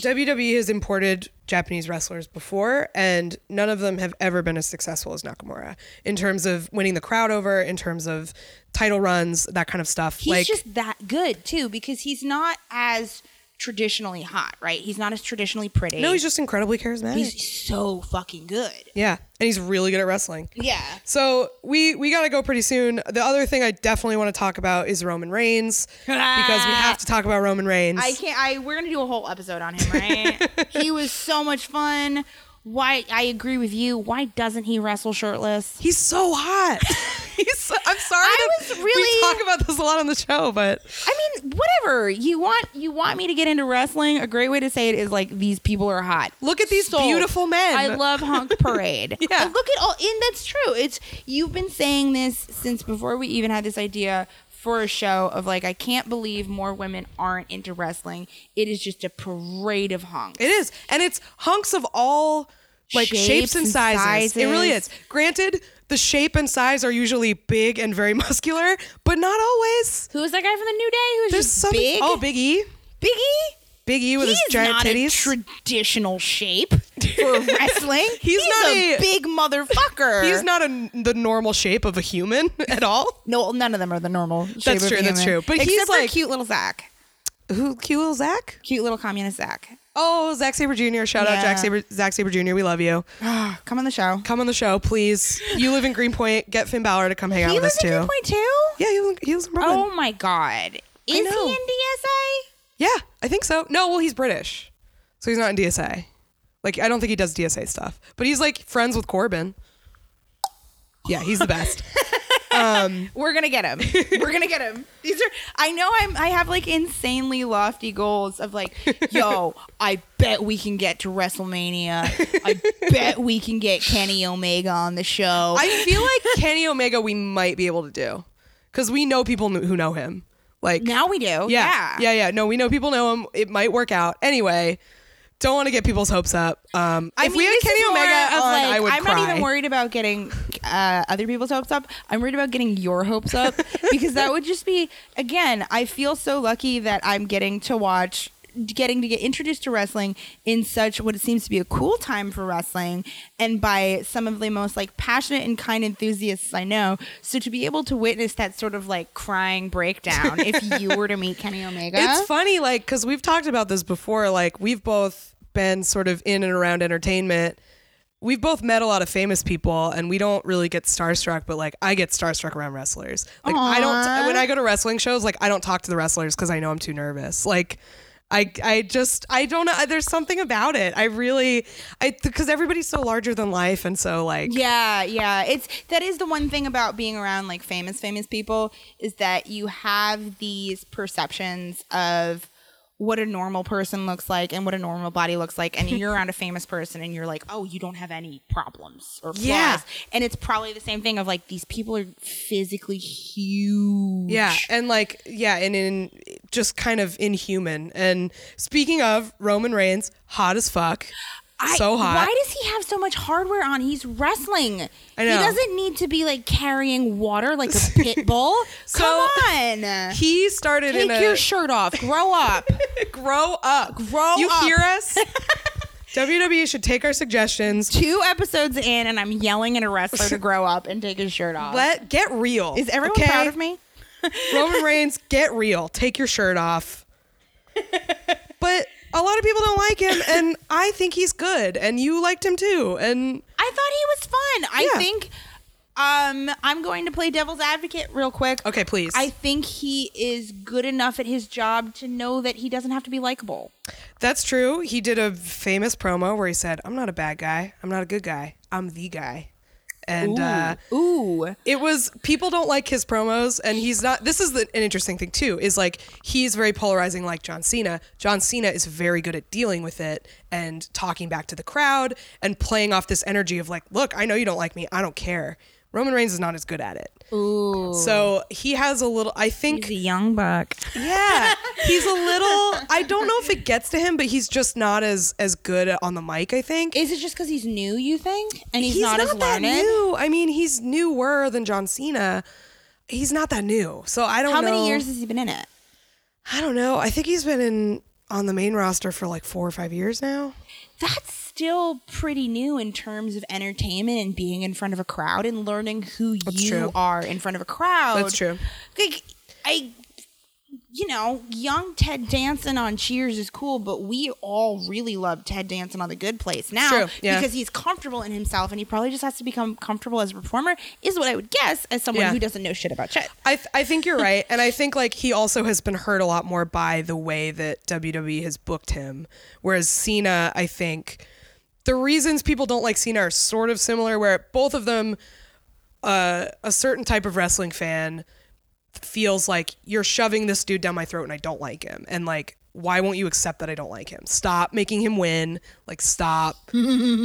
Speaker 1: WWE has imported Japanese wrestlers before, and none of them have ever been as successful as Nakamura in terms of winning the crowd over, in terms of title runs, that kind of stuff.
Speaker 2: he's
Speaker 1: like
Speaker 2: just that good too because he's not as traditionally hot, right? He's not as traditionally pretty.
Speaker 1: No, he's just incredibly charismatic.
Speaker 2: he's so fucking good.
Speaker 1: yeah, and he's really good at wrestling.
Speaker 2: Yeah.
Speaker 1: So we we gotta go pretty soon. The other thing I definitely want to talk about is Roman Reigns because we have to talk about Roman Reigns.
Speaker 2: I can't. I we're gonna do a whole episode on him,
Speaker 1: (laughs)
Speaker 2: right? he was so much fun. Why? I agree with you. Why doesn't he wrestle shirtless?
Speaker 1: He's so hot. (laughs) He's so, I'm sorry.
Speaker 2: I
Speaker 1: that
Speaker 2: was
Speaker 1: We
Speaker 2: really-
Speaker 1: talk about this a lot on the show, but
Speaker 2: I mean, whatever you want. You want me to get into wrestling? A great way to say it is like these people are hot.
Speaker 1: look at these
Speaker 2: Sold.
Speaker 1: beautiful men.
Speaker 2: I love (laughs) Honk Parade.
Speaker 1: Yeah.
Speaker 2: And look at all, and that's true. It's you've been saying this since before we even had this idea for a show of like I can't believe more women aren't into wrestling. It is just a parade of honks.
Speaker 1: It is, and it's hunks of all like shapes,
Speaker 2: Shapes
Speaker 1: and
Speaker 2: and
Speaker 1: sizes. It really is.
Speaker 2: sizes.
Speaker 1: Granted, the shape and size are usually big and very (laughs) muscular, but not always.
Speaker 2: Who was that guy from the New Day? Who's
Speaker 1: There's
Speaker 2: just
Speaker 1: some
Speaker 2: big?
Speaker 1: oh Big E,
Speaker 2: Biggie.
Speaker 1: Big E with
Speaker 2: He's
Speaker 1: his giant
Speaker 2: not
Speaker 1: titties.
Speaker 2: a traditional shape (laughs) for wrestling.
Speaker 1: He's not
Speaker 2: a,
Speaker 1: a-
Speaker 2: big (laughs) motherfucker.
Speaker 1: He's not a, the normal shape of a human (laughs) at all.
Speaker 2: No, none of them are the normal. Shape
Speaker 1: That's
Speaker 2: of
Speaker 1: true,
Speaker 2: a
Speaker 1: that's true.
Speaker 2: human.
Speaker 1: But
Speaker 2: Except
Speaker 1: he's
Speaker 2: for
Speaker 1: like-
Speaker 2: cute little Zach,
Speaker 1: Who? Cute little Zach.
Speaker 2: cute little communist Zach. (sighs)
Speaker 1: Oh, Zach Saber Jr. Shout out
Speaker 2: Yeah.
Speaker 1: Jack Saber, Zach Saber Jr. We love you.
Speaker 2: Come on the show.
Speaker 1: Come on the show, please. You live in Greenpoint. Get Finn Balor to come hang out
Speaker 2: He
Speaker 1: with us
Speaker 2: lives
Speaker 1: too.
Speaker 2: in Greenpoint too.
Speaker 1: Yeah, he lives, he lives in Brooklyn.
Speaker 2: Oh my god, is he in
Speaker 1: know.
Speaker 2: DSA?
Speaker 1: Yeah, I think so. No, well, he's British, so he's not in DSA. Like, I don't think he does DSA stuff, but he's like friends with Corbin. Yeah, he's the
Speaker 2: (laughs)
Speaker 1: best.
Speaker 2: We're gonna get him. (laughs) We're gonna get him. These are. I know. I'm. I have like insanely lofty goals of like, (laughs) yo. I bet we can get to WrestleMania. (laughs) I bet we can get Kenny Omega on the show.
Speaker 1: I feel like Kenny Omega, we might be able to do because we know people kn- who know him. Like,
Speaker 2: now we do. Oh, Yeah.
Speaker 1: yeah, yeah, yeah. No, we know people know him. It might work out. Anyway, don't want to get people's hopes up. Um, if we had
Speaker 2: this
Speaker 1: Kenny
Speaker 2: is more
Speaker 1: Omega on,
Speaker 2: of, like,
Speaker 1: I would
Speaker 2: I'm
Speaker 1: cry.
Speaker 2: not even worried about getting uh, other people's hopes up. I'm worried about getting your
Speaker 1: (laughs)
Speaker 2: hopes up because that would just be again. I feel so lucky that I'm getting to watch, getting to get introduced to wrestling in such what it seems to be a cool time for wrestling, and by some of the most like passionate and kind enthusiasts I know. So to be able to witness that sort of like crying
Speaker 1: (laughs)
Speaker 2: breakdown, if you were to meet Kenny Omega,
Speaker 1: It's funny, like, because we've talked about this before. Like, we've both been sort of in and around entertainment. We've both met a lot of famous people, and we don't really get starstruck. But like, I get starstruck around wrestlers. Like, I don't when I go to wrestling shows. Like, I don't talk to the wrestlers because I know I'm too nervous. Like. I, I just I don't know. There's something about it. I really I because everybody's so larger than life, and so like
Speaker 2: Yeah, yeah. It's that is the one thing about being around like famous famous people is that you have these perceptions of what a normal person looks like and what a normal body looks like and you're around a famous person and you're like, "Oh, you don't have any problems or flaws."
Speaker 1: Yeah.
Speaker 2: And it's probably the same thing of like these people are physically huge.
Speaker 1: Yeah, and like yeah, and in just kind of inhuman. And speaking of Roman Reigns, hot as fuck,
Speaker 2: I-
Speaker 1: so hot.
Speaker 2: Why does he have so much hardware on? He's wrestling.
Speaker 1: I know.
Speaker 2: He doesn't need to be like carrying water
Speaker 1: (laughs)
Speaker 2: like a pit bull. Come on.
Speaker 1: he started in
Speaker 2: Take
Speaker 1: a
Speaker 2: your shirt off. Grow up.
Speaker 1: grow up,
Speaker 2: uh, (laughs) Grow
Speaker 1: You
Speaker 2: up.
Speaker 1: hear (laughs) us? WWE should take our suggestions.
Speaker 2: Two episodes in, and I'm yelling at a wrestler to grow up and take his shirt off.
Speaker 1: Let get real.
Speaker 2: Is everyone
Speaker 1: okay?
Speaker 2: proud of me?
Speaker 1: Roman Reigns, get real. Take your shirt (laughs) off. but a lot of people don't like him, and I think he's good, and you liked him too, and.
Speaker 2: I thought he was fun. I
Speaker 1: Yeah.
Speaker 2: think um, I'm going to play devil's advocate real quick.
Speaker 1: Okay, please.
Speaker 2: I think he is good enough at his job to know that he doesn't have to be likable.
Speaker 1: That's true. He did a famous promo where he said, "I'm not a bad guy. I'm not a good guy. I'm the guy." And uh,
Speaker 2: Ooh.
Speaker 1: it was people don't like his promos, and he's not. This is the, an interesting thing too. Is like he's very polarizing, like John Cena. John Cena is very good at dealing with it and talking back to the crowd and playing off this energy of like, "Look, I know you don't like me. I don't care." Roman Reigns is not as good at it. Ooh. So he has a little. I think
Speaker 2: The young buck. (laughs)
Speaker 1: yeah, he's a little. I don't know if it gets to him, but he's just not as as good on the mic. I think
Speaker 2: Is it just because he's new, you think? And he's, not, as
Speaker 1: that
Speaker 2: learned?
Speaker 1: new. I mean, he's newer than John Cena. He's not that new, so I don't.
Speaker 2: How
Speaker 1: know.
Speaker 2: many years has he been in it?
Speaker 1: I don't know. I think he's been in on the main roster for like four or five years now.
Speaker 2: that's still pretty new in terms of entertainment and being in front of a crowd and learning who you
Speaker 1: true.
Speaker 2: are in front of a crowd.
Speaker 1: That's true.
Speaker 2: Like I you know, young Ted Danson on Cheers is cool, but we all really love Ted Danson on The Good Place now
Speaker 1: True, yeah.
Speaker 2: because he's comfortable in himself and he probably just has to become comfortable as a performer, is what I would guess as someone
Speaker 1: Yeah.
Speaker 2: who doesn't know shit about shit.
Speaker 1: I, th- I think you're right. And I think like he also has been hurt a lot more by the way that WWE has booked him. Whereas Cena, I think the reasons people don't like Cena are sort of similar, where both of them, uh, a certain type of wrestling fan feels like you're shoving this dude down my throat and I don't like him. And like, why won't you accept that I don't like him? Stop making him win. Like, stop.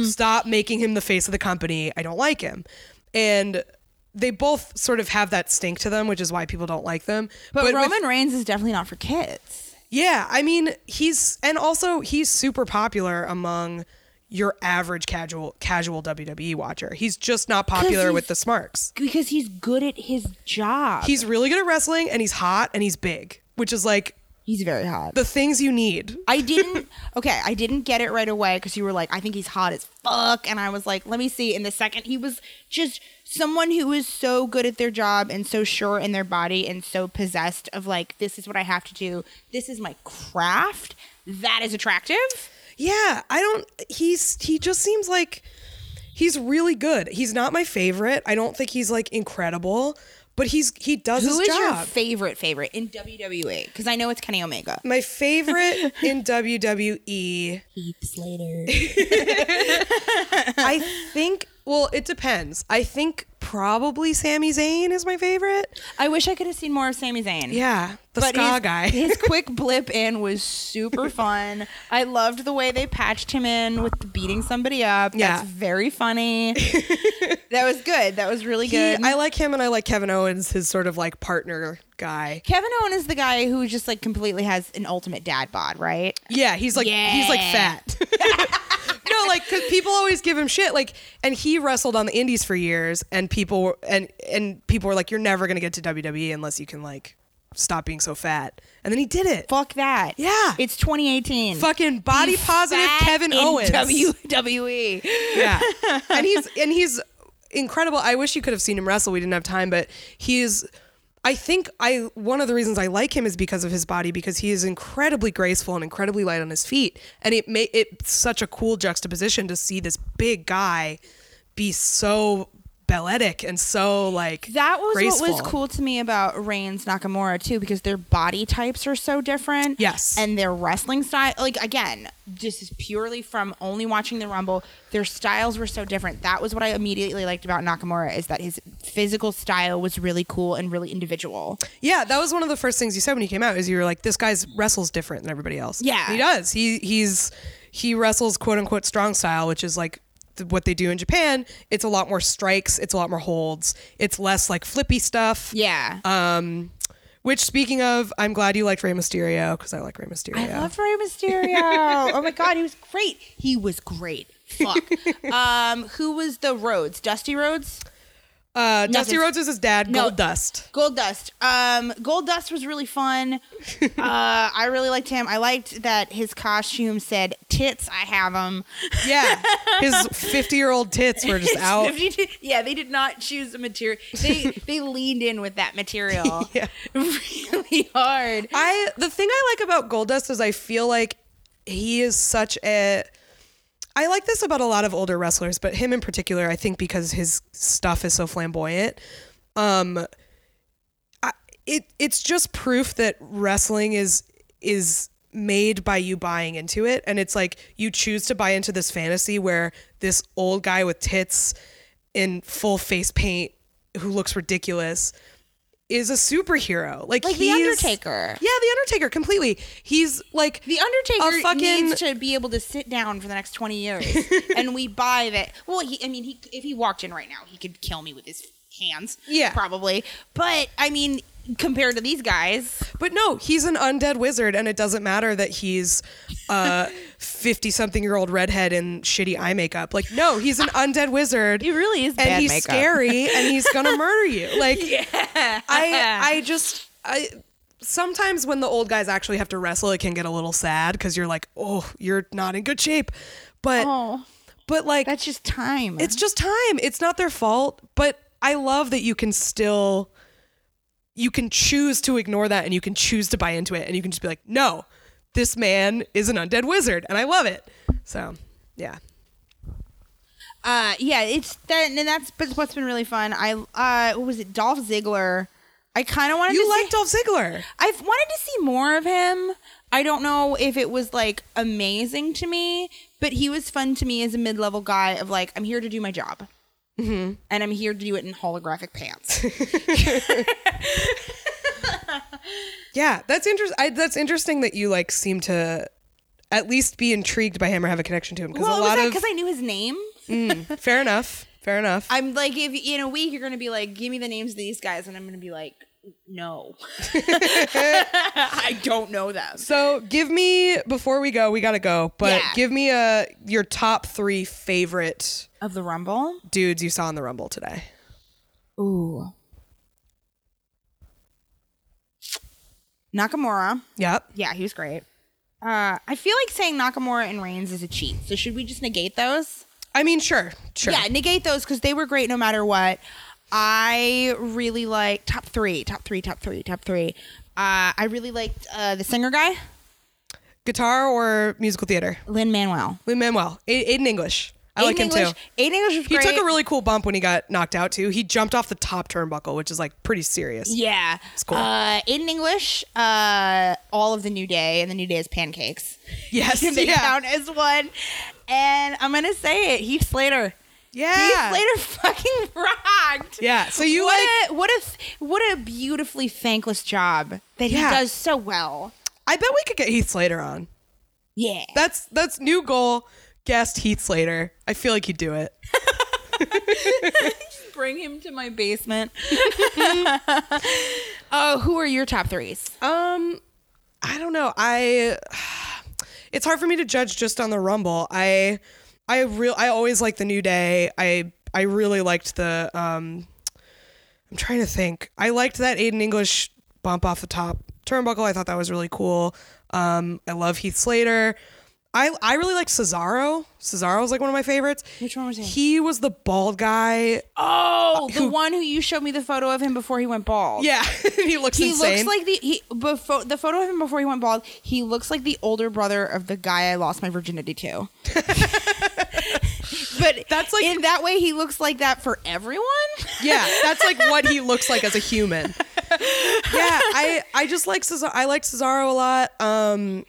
Speaker 1: stop making him the face of the company. I don't like him. And they both sort of have that stink to them, which is why people don't like them.
Speaker 2: But,
Speaker 1: with-
Speaker 2: Roman Reigns is definitely not for kids.
Speaker 1: yeah, I mean, he's and also he's super popular among your average casual casual WWE watcher. He's just not popular
Speaker 2: he's-
Speaker 1: with the smarks.
Speaker 2: Because he's good at his job.
Speaker 1: He's really good at wrestling and he's hot and he's big, which is like
Speaker 2: he's very hot.
Speaker 1: the things you need.
Speaker 2: I didn't. (laughs) Okay, I didn't get it right away because you were like, "I think he's hot as fuck," and I was like, "Let me see." In the second, he was just someone who is so good at their job and so sure in their body and so possessed of like, "This is what I have to do. This is my craft." That is attractive.
Speaker 1: Yeah, I don't. He's he just seems like he's really good. He's not my favorite. I don't think he's like incredible, but he's he does
Speaker 2: Who
Speaker 1: his
Speaker 2: is your
Speaker 1: job.
Speaker 2: favorite favorite in WWE? Because I know it's Kenny Omega.
Speaker 1: my (laughs) favorite in E WWE,
Speaker 2: Heath Slater.
Speaker 1: I think. Well, it depends. I think probably Sami Zayn is my favorite.
Speaker 2: (laughs) I wish I could have seen more of Sami Zayn.
Speaker 1: Yeah, the
Speaker 2: But
Speaker 1: ska
Speaker 2: his,
Speaker 1: guy.
Speaker 2: (laughs) his
Speaker 1: (laughs)
Speaker 2: quick blip in was super fun. I loved the way they patched him in with beating somebody up.
Speaker 1: Yeah.
Speaker 2: That's
Speaker 1: (laughs)
Speaker 2: very funny. that was good. That was really
Speaker 1: He-
Speaker 2: good.
Speaker 1: I like him, and I like Kevin Owens, his sort of like partner guy.
Speaker 2: Kevin Owen is the guy who just like completely has an ultimate dad bod, right?
Speaker 1: Yeah, he's like he's like
Speaker 2: Yeah.
Speaker 1: fat. (laughs) no, like 'cause people always give him shit. Like, and he wrestled on the Indies for years, and people were- and and people were like, "You're never gonna get to WWE unless you can like stop being so fat." And then he did it.
Speaker 2: Fuck that.
Speaker 1: Yeah.
Speaker 2: It's 2018.
Speaker 1: Fucking body
Speaker 2: Be
Speaker 1: positive
Speaker 2: fat
Speaker 1: Kevin
Speaker 2: in (laughs) E.
Speaker 1: Owens.
Speaker 2: WWE. (laughs)
Speaker 1: yeah, and he's and he's incredible. I wish you could have seen him wrestle. We didn't have time, but he's. I think I one of the reasons I like him is because of his body because he is incredibly graceful and incredibly light on his feet, and it may it's such a cool juxtaposition to see this big guy be so balletic and so like
Speaker 2: That was what was
Speaker 1: graceful.
Speaker 2: cool to me about Reigns Nakamura too, because their body types are so different.
Speaker 1: Yes.
Speaker 2: and their wrestling style, like again, this is purely from only watching the Rumble. Their styles were so different. That was what I immediately liked about Nakamura is that his physical style was really cool and really individual.
Speaker 1: Yeah, that was one of the first things you said when you came out is you were like, this guy's wrestles different than everybody else.
Speaker 2: Yeah.
Speaker 1: he does. He he's he wrestles quote unquote strong style, which is like th- what they do in Japan. It's a lot more strikes. It's a lot more holds. It's less like flippy stuff.
Speaker 2: Yeah,
Speaker 1: Um, which speaking of, I'm glad you liked Rey Mysterio because I like Rey Mysterio.
Speaker 2: I love Rey Mysterio. oh my god, he was great. He was great. Fuck.
Speaker 1: (laughs)
Speaker 2: um, who was the Rhodes? Dusty Rhodes.
Speaker 1: uh, Dusty Rhodes is his dad.
Speaker 2: No.
Speaker 1: Gold Dust.
Speaker 2: Gold Dust. Um, Gold Dust was really (laughs) fun. uh, I really liked him. I liked that his costume said "tits." I have (laughs) them.
Speaker 1: Yeah, his 50 year old tits were just out.
Speaker 2: yeah, they did not choose a material. (laughs) They they leaned in with that material (laughs)
Speaker 1: Yeah.
Speaker 2: really hard.
Speaker 1: I the thing I like about Goldust is I feel like he is such a I like this about a lot of older wrestlers, but him in particular, I think because his stuff is so flamboyant. Um I, it it's just proof that wrestling is is made by you buying into it and it's like you choose to buy into this fantasy where this old guy with tits in full face paint who looks ridiculous is a superhero like,
Speaker 2: Like The
Speaker 1: he's-
Speaker 2: Undertaker.
Speaker 1: yeah, the Undertaker completely. He's like
Speaker 2: The
Speaker 1: a
Speaker 2: Undertaker
Speaker 1: fucking
Speaker 2: needs to be able to sit down for the next twenty (laughs) years, and we buy that. Well, he, I mean, he if he walked in right now, he could kill me with his hands.
Speaker 1: Yeah.
Speaker 2: probably. But I mean, compared to these guys.
Speaker 1: But no, he's an undead wizard and it doesn't matter that he's (laughs) a 50 something year old redhead in shitty eye makeup. Like no, he's an undead wizard.
Speaker 2: He really is
Speaker 1: and
Speaker 2: bad
Speaker 1: he's
Speaker 2: makeup.
Speaker 1: scary and he's going to murder
Speaker 2: (laughs)
Speaker 1: you. Like I I just I sometimes when the old guys actually have to wrestle it can get a little sad cuz you're like, "Oh, you're not in good shape." But
Speaker 2: Oh,
Speaker 1: but like
Speaker 2: that's just time.
Speaker 1: It's just time. It's not their fault, but I love that you can still you can choose to ignore that and you can choose to buy into it and you can just be like, no, this man is an undead wizard and I love it. So, yeah.
Speaker 2: Uh, yeah, it's that, and that's but what's been really fun. I uh, what was it? Dolph Ziggler. I kind of wanted
Speaker 1: You
Speaker 2: to
Speaker 1: like
Speaker 2: see,
Speaker 1: Dolph Ziggler.
Speaker 2: I've wanted to see more of him. I don't know if it was like amazing to me, but he was fun to me as a mid-level guy. Of like, I'm here to do my job,
Speaker 1: Mm-hmm.
Speaker 2: and I'm here to do it in
Speaker 1: (laughs)
Speaker 2: holographic pants.
Speaker 1: Yeah, that's interesting. That's interesting that you like seem to at least be intrigued by him or have a connection to him because
Speaker 2: well,
Speaker 1: a
Speaker 2: was
Speaker 1: lot
Speaker 2: that
Speaker 1: of
Speaker 2: because I knew his name?
Speaker 1: fair enough, fair enough.
Speaker 2: I'm like, if in a week you're gonna be like, give me the names of these guys, and I'm gonna be like,
Speaker 1: (laughs)
Speaker 2: no, (laughs) I don't know them.
Speaker 1: so give me before we go, we gotta go, but
Speaker 2: Yeah.
Speaker 1: give me a your top three favorite
Speaker 2: Of the Rumble,
Speaker 1: dudes you saw in the Rumble today.
Speaker 2: ooh, Nakamura.
Speaker 1: Yep.
Speaker 2: Yeah, he was great. Uh, I feel like saying Nakamura and Reigns is a cheat. So should we just negate those?
Speaker 1: I mean, sure, sure.
Speaker 2: Yeah, negate those because they were great no matter what. I really like top three, top three, top three, top three. Uh, I really liked uh, the singer guy,
Speaker 1: Guitar or musical theater?
Speaker 2: Lin Manuel.
Speaker 1: Lin Manuel, Aiden English. I like
Speaker 2: Aiden
Speaker 1: him
Speaker 2: English,
Speaker 1: too.
Speaker 2: Aiden English was
Speaker 1: He
Speaker 2: great.
Speaker 1: took a really cool bump when he got knocked out too. He jumped off the top turnbuckle, which is like pretty serious.
Speaker 2: yeah.
Speaker 1: cool.
Speaker 2: Uh, Aiden English, uh, all of the New Day, and the New Day is pancakes.
Speaker 1: Yes,
Speaker 2: (laughs) they
Speaker 1: yeah.
Speaker 2: count as one. And I'm gonna say it, Heath Slater.
Speaker 1: Yeah.
Speaker 2: Heath Slater (laughs) fucking rocked.
Speaker 1: Yeah, so you
Speaker 2: what
Speaker 1: like
Speaker 2: a, what a th- what a beautifully thankless job that
Speaker 1: Yeah.
Speaker 2: he does so well.
Speaker 1: I bet we could get Heath Slater on.
Speaker 2: Yeah. (laughs)
Speaker 1: That's that's new goal. Guest Heath Slater. I feel like he'd do it.
Speaker 2: Bring him to my (laughs) basement. Oh, who are your top threes?
Speaker 1: Um, I don't know. I (sighs) it's hard for me to judge just on the Rumble. I I real I always like the New Day. I I really liked the um. I'm trying to think. I liked that Aiden English bump off the top turnbuckle. I thought that was really cool. Um, I love Heath Slater. I, I really liked Cesaro. Cesaro was like one of my favorites.
Speaker 2: Which one was he?
Speaker 1: He was the bald guy
Speaker 2: Oh, the one who you showed me the photo of him before he went bald.
Speaker 1: Yeah, (laughs) he looks
Speaker 2: He
Speaker 1: insane.
Speaker 2: looks like the he before the photo of him before he went bald. He looks like the older brother of the guy I lost my virginity (laughs) to. but
Speaker 1: That's like-
Speaker 2: in that way he looks like that for everyone.
Speaker 1: yeah, that's like what he looks like as a human. Yeah, I I just like Cesaro. I like Cesaro a lot. Um,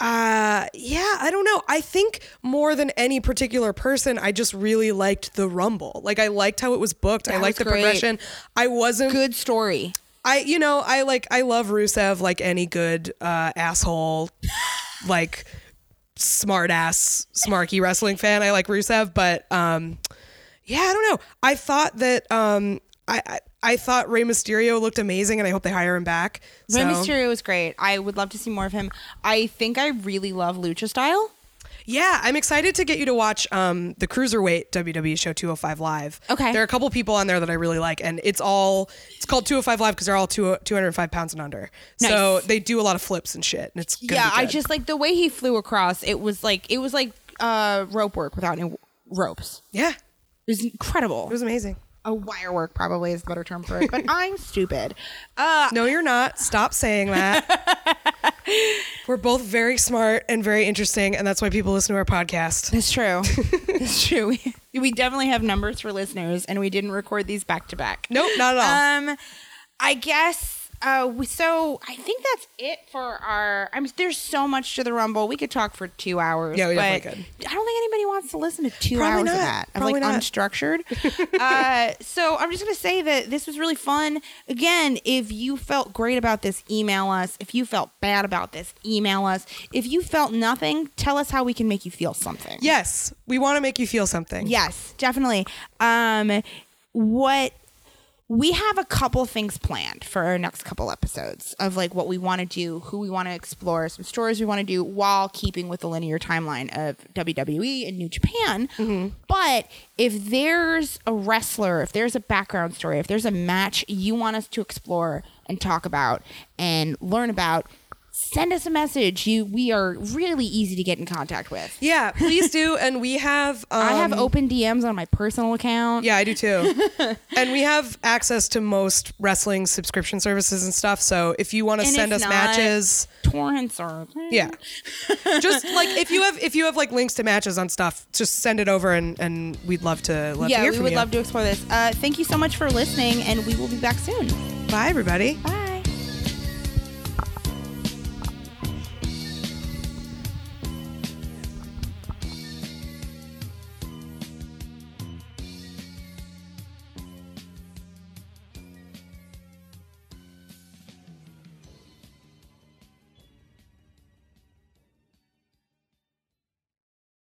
Speaker 1: uh, yeah, I don't know. I think more than any particular person, I just really liked the Rumble. Like I liked how it was booked. I
Speaker 2: That
Speaker 1: liked the
Speaker 2: was great.
Speaker 1: progression. I wasn't
Speaker 2: Good (laughs) story.
Speaker 1: I you know I like I love Rusev like any good uh, asshole like smart ass smarky wrestling fan. I like Rusev, but um, yeah, I don't know. I thought that um, I, I I thought Rey Mysterio looked amazing, and I hope they hire him back. So,
Speaker 2: Rey Mysterio was great. I would love to see more of him. I think I really love Lucha style.
Speaker 1: Yeah, I'm excited to get you to watch um, the cruiserweight WWE show 205 Live.
Speaker 2: Okay.
Speaker 1: there are a couple people on there that I really like, and it's all it's called 205 Live because they're all two, 205 pounds and under. So
Speaker 2: Nice.
Speaker 1: they do a lot of flips and shit, and it's gonna
Speaker 2: yeah,
Speaker 1: be
Speaker 2: I
Speaker 1: good.
Speaker 2: just like the way he flew across. It was like it was like uh, rope work without any ropes.
Speaker 1: Yeah,
Speaker 2: It was incredible.
Speaker 1: it was amazing.
Speaker 2: a wire work probably is a better term for it, (laughs) but I'm stupid. Uh,
Speaker 1: No, you're not. Stop saying
Speaker 2: (laughs)
Speaker 1: that. We're both very smart and very interesting, and that's why people listen to our podcast.
Speaker 2: that's true. that's true. We, we definitely have numbers for listeners, and we didn't record these back to back.
Speaker 1: Nope, (laughs) not at all.
Speaker 2: Um, I guess. Uh, we, so I think that's it for our. I'm there's so much to the rumble. We could talk for two hours.
Speaker 1: Yeah, we
Speaker 2: but
Speaker 1: definitely
Speaker 2: I don't think anybody wants to listen to two
Speaker 1: Probably
Speaker 2: hours
Speaker 1: not.
Speaker 2: of that. Of
Speaker 1: Probably
Speaker 2: like
Speaker 1: not. (laughs)
Speaker 2: unstructured. uh, so I'm just gonna say that this was really fun. Again, if you felt great about this, email us. If you felt bad about this, email us. If you felt nothing, tell us how we can make you feel something.
Speaker 1: yes, we want to make you feel something.
Speaker 2: Yes, definitely. Um, what we have a couple things planned for our next couple episodes of like what we want to do, who we want to explore, some stories we want to do while keeping with the linear timeline of WWE and New Japan. But if there's a wrestler, if there's a background story, if there's a match you want us to explore and talk about and learn about, send us a message. You, we are really easy to get in contact with.
Speaker 1: Yeah, please do. And we have. Um,
Speaker 2: (laughs) I have open DMs on my personal account.
Speaker 1: Yeah, I do
Speaker 2: (laughs)
Speaker 1: too. and we have access to most wrestling subscription services and stuff. So if you want to
Speaker 2: And
Speaker 1: send
Speaker 2: if
Speaker 1: us
Speaker 2: not,
Speaker 1: matches,
Speaker 2: torrents or (laughs)
Speaker 1: yeah, just like if you have if you have like links to matches on stuff, just send it over and and we'd love to love to
Speaker 2: yeah,
Speaker 1: hear
Speaker 2: we
Speaker 1: from
Speaker 2: would
Speaker 1: you.
Speaker 2: love to explore this. Uh, thank you so much for listening, and we will be back soon.
Speaker 1: Bye, everybody.
Speaker 2: Bye.